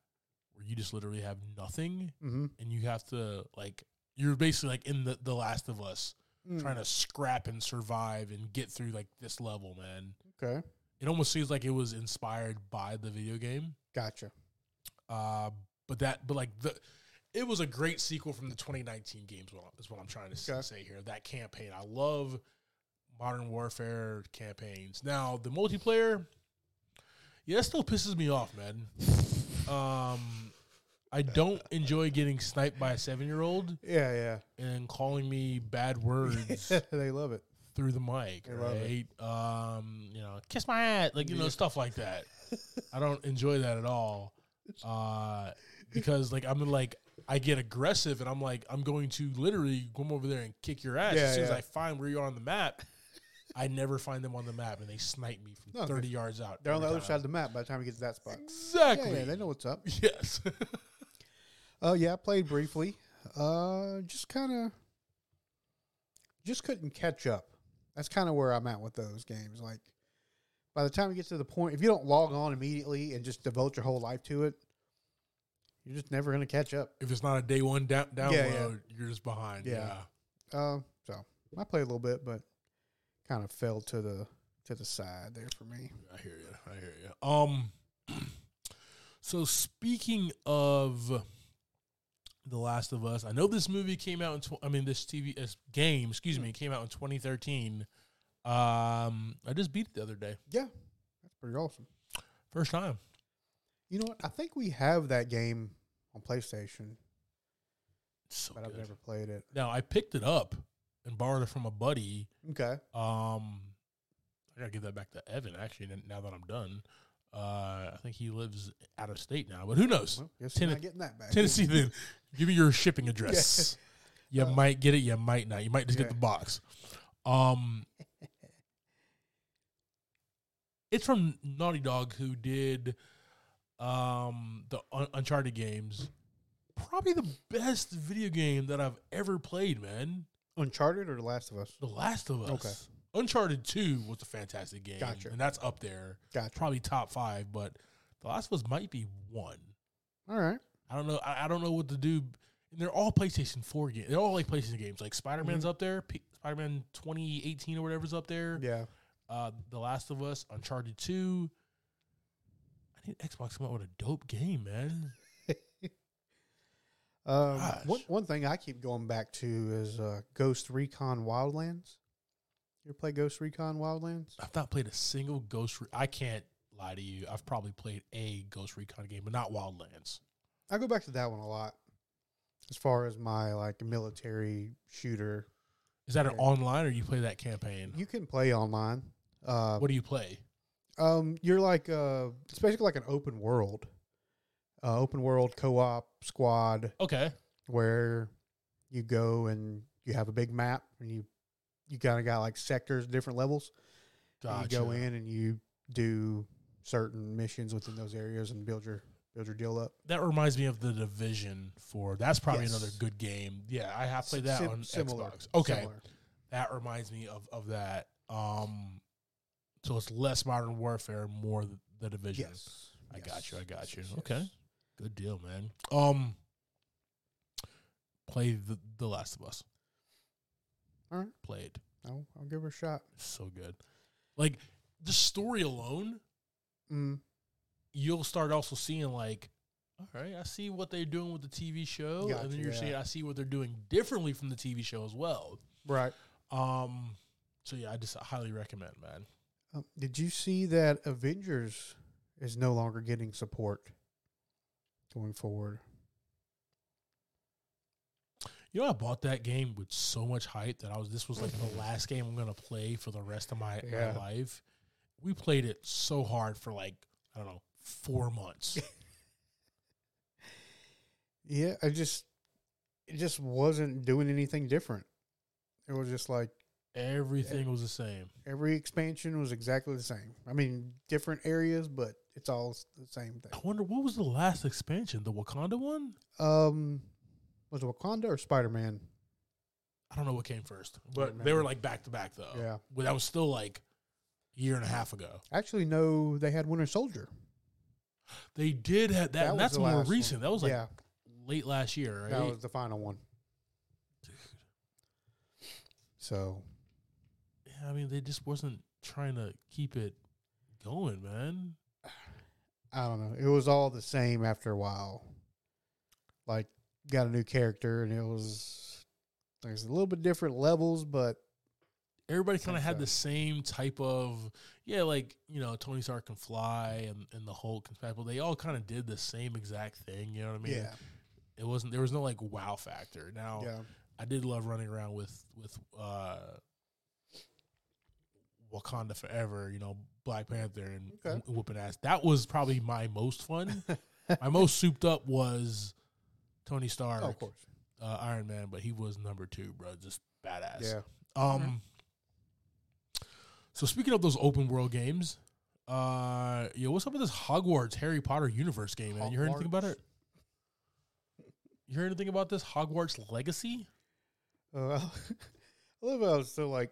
where you just literally have nothing Mm-hmm. and you have to like you're basically like in the, the last of us Mm, Hmm. trying to scrap and survive and get through like this level man Okay. it almost seems like it was inspired by the video game Gotcha. uh, but that but like the it was a great sequel from the 2019 games what I- is what i'm trying to s- Okay. say here that campaign i love modern warfare campaigns now the multiplayer yeah that still pisses me off man um i don't enjoy getting sniped by a seven year old Yeah, and calling me bad yeah. words they love it. through the mic, I love right? Um, you know, kiss my ass, like you know, Yeah. stuff like that. I don't enjoy that at all, uh, because like I'm like I get aggressive and I'm like I'm going to literally come over there and kick your ass. Yeah, as soon as yeah. I find where you are on the map, I never find them on the map, and they snipe me from No, 'cause thirty yards out. They're on the every other side time. of the map by the time he gets to that spot. Exactly. Yeah, yeah, they know what's up. Yes. Uh, yeah, I played briefly. Uh, just kind of, just couldn't catch up. That's kind of where I'm at with those games. Like, by the time you get to the point, if you don't log on immediately and just devote your whole life to it, you're just never gonna catch up. if it's not a day one down download, Yeah, yeah. you're just behind. Yeah. yeah. Uh, so I played a little bit, but kind of fell to the to the side there for me. I hear you. I hear you. Um, so speaking of The Last of Us, I know this movie came out in. Tw- I mean, this TV this game, excuse me, came out in 2013. Um, I just beat it the other day, Yeah, that's pretty awesome. first time. You know what? I think we have that game on PlayStation, It's So but I've good. never played it. Now I picked it up and borrowed it from a buddy. Okay. Um, I gotta give that back to Evan. Actually, n- now that I'm done, uh, I think he lives out of state now, but who knows? Well, guess you're Tenn- not getting that back. Tennessee, then give me your shipping address. You Uh, might get it, you might not. You might just yeah. get the box. Um, it's from Naughty Dog, who did um, the Un- Uncharted games. Probably the best video game that I've ever played, man. Uncharted or The Last of Us? The Last of Us. Okay. Uncharted 2 was a fantastic game. Gotcha. And that's up there. Gotcha. Probably top five, but The Last of Us might be one. All right. I don't know. I, I don't know what to do. And they're all PlayStation 4 games. They're all like PlayStation games. Like Spider Man's Mm-hmm. up there. P- Spider Man 2018 or whatever's up there. Yeah. Uh, the Last of Us, Uncharted 2. I need Xbox to come out with a dope game, man. Um, Gosh. one, one thing I keep going back to is uh, Ghost Recon Wildlands. You ever play Ghost Recon Wildlands? I've not played a single Ghost. Re- I can't lie to you. I've probably played a Ghost Recon game, but not Wildlands. I go back to that one a lot as far as my like military shooter. Is that an Yeah. online or you play that campaign? You can play online. Uh, what do you play? um, you're like uh, it's basically like an open world, uh, open world co-op squad. Okay. where you go and you have a big map and you you kind of got like sectors, different levels. And you go in and you do certain missions within those areas and build your build your deal up. That reminds me of the Division Four. That's probably Yes. another good game. Yeah, I have played that Sim- on similar, Xbox. Okay, similar. that reminds me of of that. Um, so it's less Modern Warfare, more th- the Division. Yes. I yes, got you, I got you. yes, Okay. yes. Good deal, man. Um, play the, the Last of Us. All right. Played I'll, I'll give her a shot. so good. Like the story alone Mm. you'll start also seeing like, all right, I see what they're doing with the TV show, Gotcha, and then you're yeah. saying I see what they're doing differently from the TV show as well. Right. Um, so yeah, I just highly recommend, man. Um, did you see that Avengers is no longer getting support going forward? You know, I bought that game with so much hype that I was this was like the last game I'm gonna play for the rest of my, Yeah. my life. We played it so hard for like I don't know four months. Yeah, I just it just wasn't doing anything different. It was just like Everything was the same. every expansion was exactly the same. I mean, different areas, but it's all s- the same I thing. wonder what was the last expansion, the Wakanda one. Um, was it Wakanda or Spider Man? I don't know what came first, don't but they were remember. like back to back though. Yeah, Well, that was still like a year and a half ago. actually, no, they had Winter Soldier. They did have that. That and was that's the more last one. recent. That was like yeah, late last year, right? that was the final one. So yeah, I mean, they just wasn't trying to keep it going, man. I don't know. It was all the same after a while. Like got a new character, and it was like I said, a little bit different levels, but Everybody kind of Think had so. the same type of yeah, like you know, Tony Stark can fly and, and the Hulk can fly. But they all kind of did the same exact thing. You know what I mean? yeah, It wasn't there was no like wow factor. Now yeah. I did love running around with with uh, Wakanda Forever, you know, Black Panther and Okay. wh- whooping ass. That was probably my most fun. my most souped up was Tony Stark, Oh, of course. uh, Iron Man, but he was number two, bro. Just badass. Yeah. Um. So speaking of those open world games, uh, yo, what's up with this Hogwarts Harry Potter universe game? Man, you heard anything about Hogwarts. it? You heard anything about this Hogwarts Legacy? Uh, I love how it's so like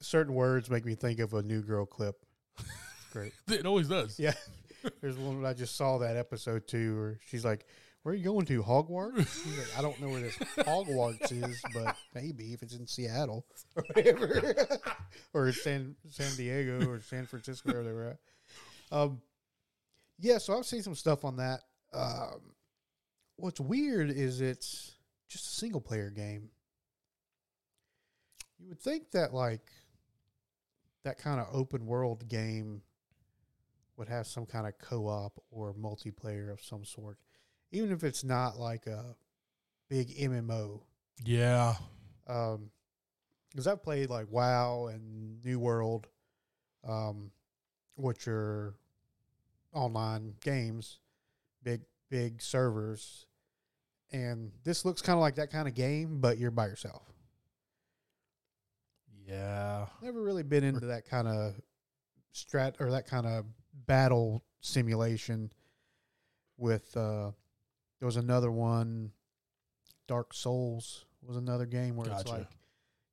certain words make me think of a new girl clip. It's great. It always does. Yeah. There's one that I just saw that episode too, where she's like, "Where are you going to Hogwarts?" She's like, "I don't know where this Hogwarts is, but maybe if it's in Seattle or whatever, or San San Diego or San Francisco, where they were at." Um, yeah, so I've seen some stuff on that. Um, what's weird is it's just a single player game. You would think that like that kind of open world game would have some kind of co-op or multiplayer of some sort, even if it's not like a big MMO. Yeah. Because Um, I've played like WoW and New World, um, which are online games, big big servers, and this looks kind of like that kind of game, but you're by yourself. Yeah. Never really been into that kind of strat or that kind of battle simulation. With uh, there was another one, Dark Souls was another game where it's Gotcha. like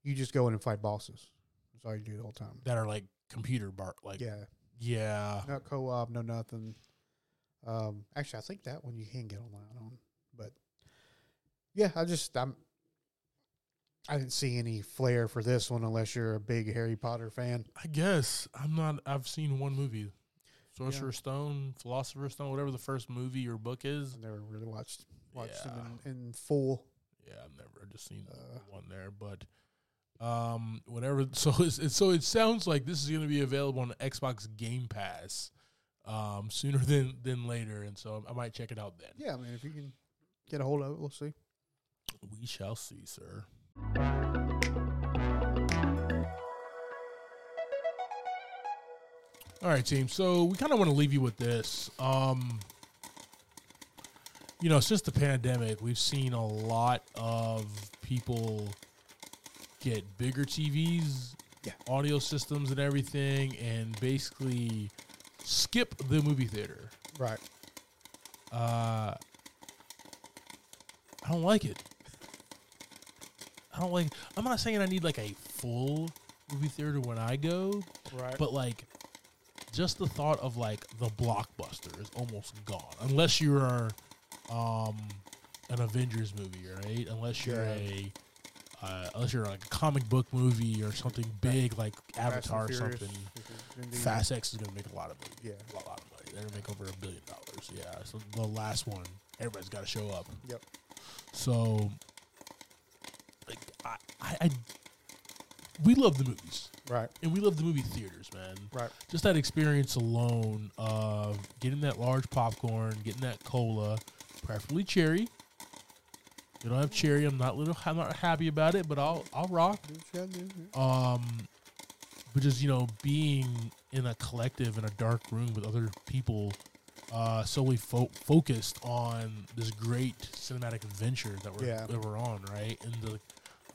you just go in and fight bosses. That's all you do the whole time. That are like computer bar like yeah. yeah, no co-op, no nothing. Um, actually, I think that one you can get online on, but yeah, I just I'm I didn't see any flair for this one unless you're a big Harry Potter fan. I guess I'm not I've seen one movie. Sorcerer's Stone, Philosopher's Stone, whatever the first movie or book is. I never really watched watched Yeah. them in, in full. Yeah, I've never I've just seen Uh. one there, but um whatever so it's, it's so it sounds like this is going to be available on Xbox Game Pass um sooner than than later and so I might check it out then. Yeah, I mean, if you can get a hold of it, we'll see. We shall see, sir. All right, team. So we kind of want to leave you with this. Um, you know, since the pandemic, we've seen a lot of people get bigger TVs, Yeah. audio systems, and everything, and basically skip the movie theater. Right. Uh, I don't like it. I don't like. I'm not saying I need like a full movie theater when I go, Right. but like, just the thought of like the blockbuster is almost gone. Unless you're, um, an Avengers movie, right? Unless you're Yeah. a, uh, unless you're like a comic book movie or something big like Avatar or something. Fast X is gonna make a lot of money Yeah. a lot of money. They're gonna make over a billion dollars. Yeah. So the last one, everybody's got to show up. Yep. So, like, I, I, I, we love the movies, Right. and we love the movie theaters, man. Right. Just that experience alone of getting that large popcorn, getting that cola, preferably cherry. If You don't have cherry. I'm not little. I'm not happy about it, but I'll I'll rock Do what you gotta do, yeah. um but just you know being in a collective in a dark room with other people uh solely fo- focused on this great cinematic adventure that we're Yeah. that we're on right and the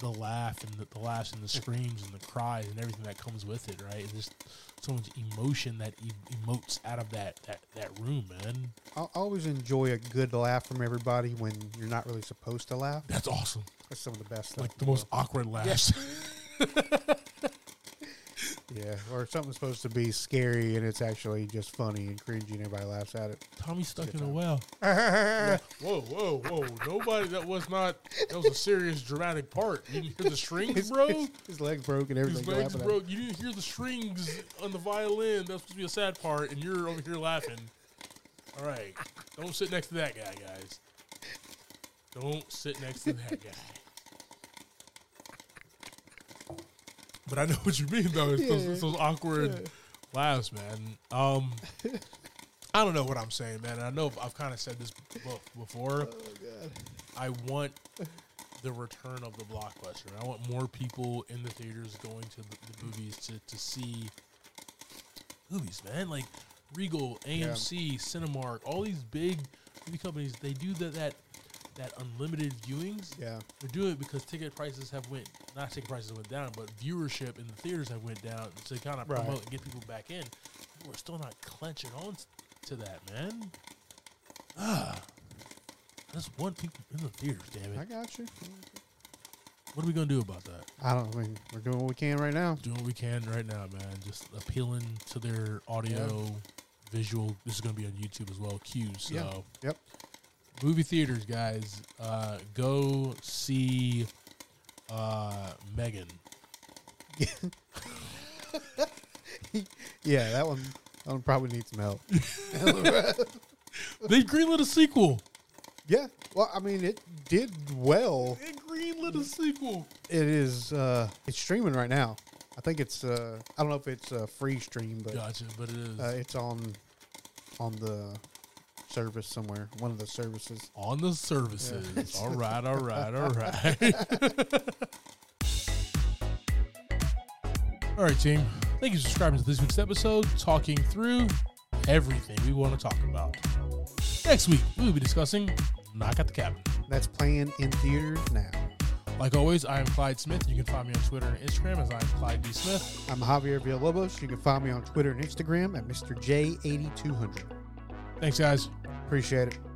the laugh and the, the laughs and the screams and the cries and everything that comes with it right and just so much emotion that e- emotes out of that that, that room man I I always enjoy a good laugh from everybody when you're not really supposed to laugh. that's awesome That's some of the best. stuff like in the most world. awkward laughs Yeah, or something's supposed to be scary and it's actually just funny and cringy and everybody laughs at it. tommy's stuck Good in a time. well Whoa, whoa, whoa. Nobody, that was not, that was a serious dramatic part. You didn't hear the strings, his, bro? his, his legs broke and everything. His legs laughing at broke. You didn't hear the strings on the violin. That's supposed to be a sad part, and you're over here laughing. All right. Don't sit next to that guy, guys. Don't sit next to that guy. But I know what you mean, though. It's, those, Yeah. it's those awkward laughs, man. Um, I don't know what I'm Oh, saying, man. And I know I've kind of said this bef- before. it. Oh, God. I want the return of the blockbuster. And I want more people in the theaters going to the, the movies to, to see movies, man. Like Regal, Yeah. AMC, Cinemark, all these big movie companies, they do that that that unlimited viewings. Yeah. They're doing it because ticket prices have went not ticket prices went down, but viewership in the theaters have went down to kind of Right. promote and get people back in. People are still not clenching on s- to that, man. Ah, I just want people in the theaters, damn I it. got you. What are we gonna do about that? I don't I mean we're doing what we can right now. Doing what we can right now, man. Just appealing to their audio, visual. This is gonna be on YouTube as well. Cues. So, Yeah. Yep. movie theaters, guys. Uh, go see uh, Megan. Yeah, that one that one probably needs some help. They greenlit a sequel. yeah. Well, I mean it did well. They greenlit a sequel. It is uh it's streaming right now. I think it's uh I don't know if it's a free stream, but Gotcha, but it is uh, it's on on the service somewhere, one of the services. on the services. all right, all right, all right. all right, team. Thank you for subscribing to this week's episode, talking through everything we want to talk about. Next week, we will be discussing Knock at the Cabin. That's playing in theaters now. Like always, I am Clyde Smith. You can find me on Twitter and Instagram as I am Clyde D. Smith. I'm Javier Villalobos. You can find me on Twitter and Instagram at Mr. J8200. Thanks, guys. Appreciate it.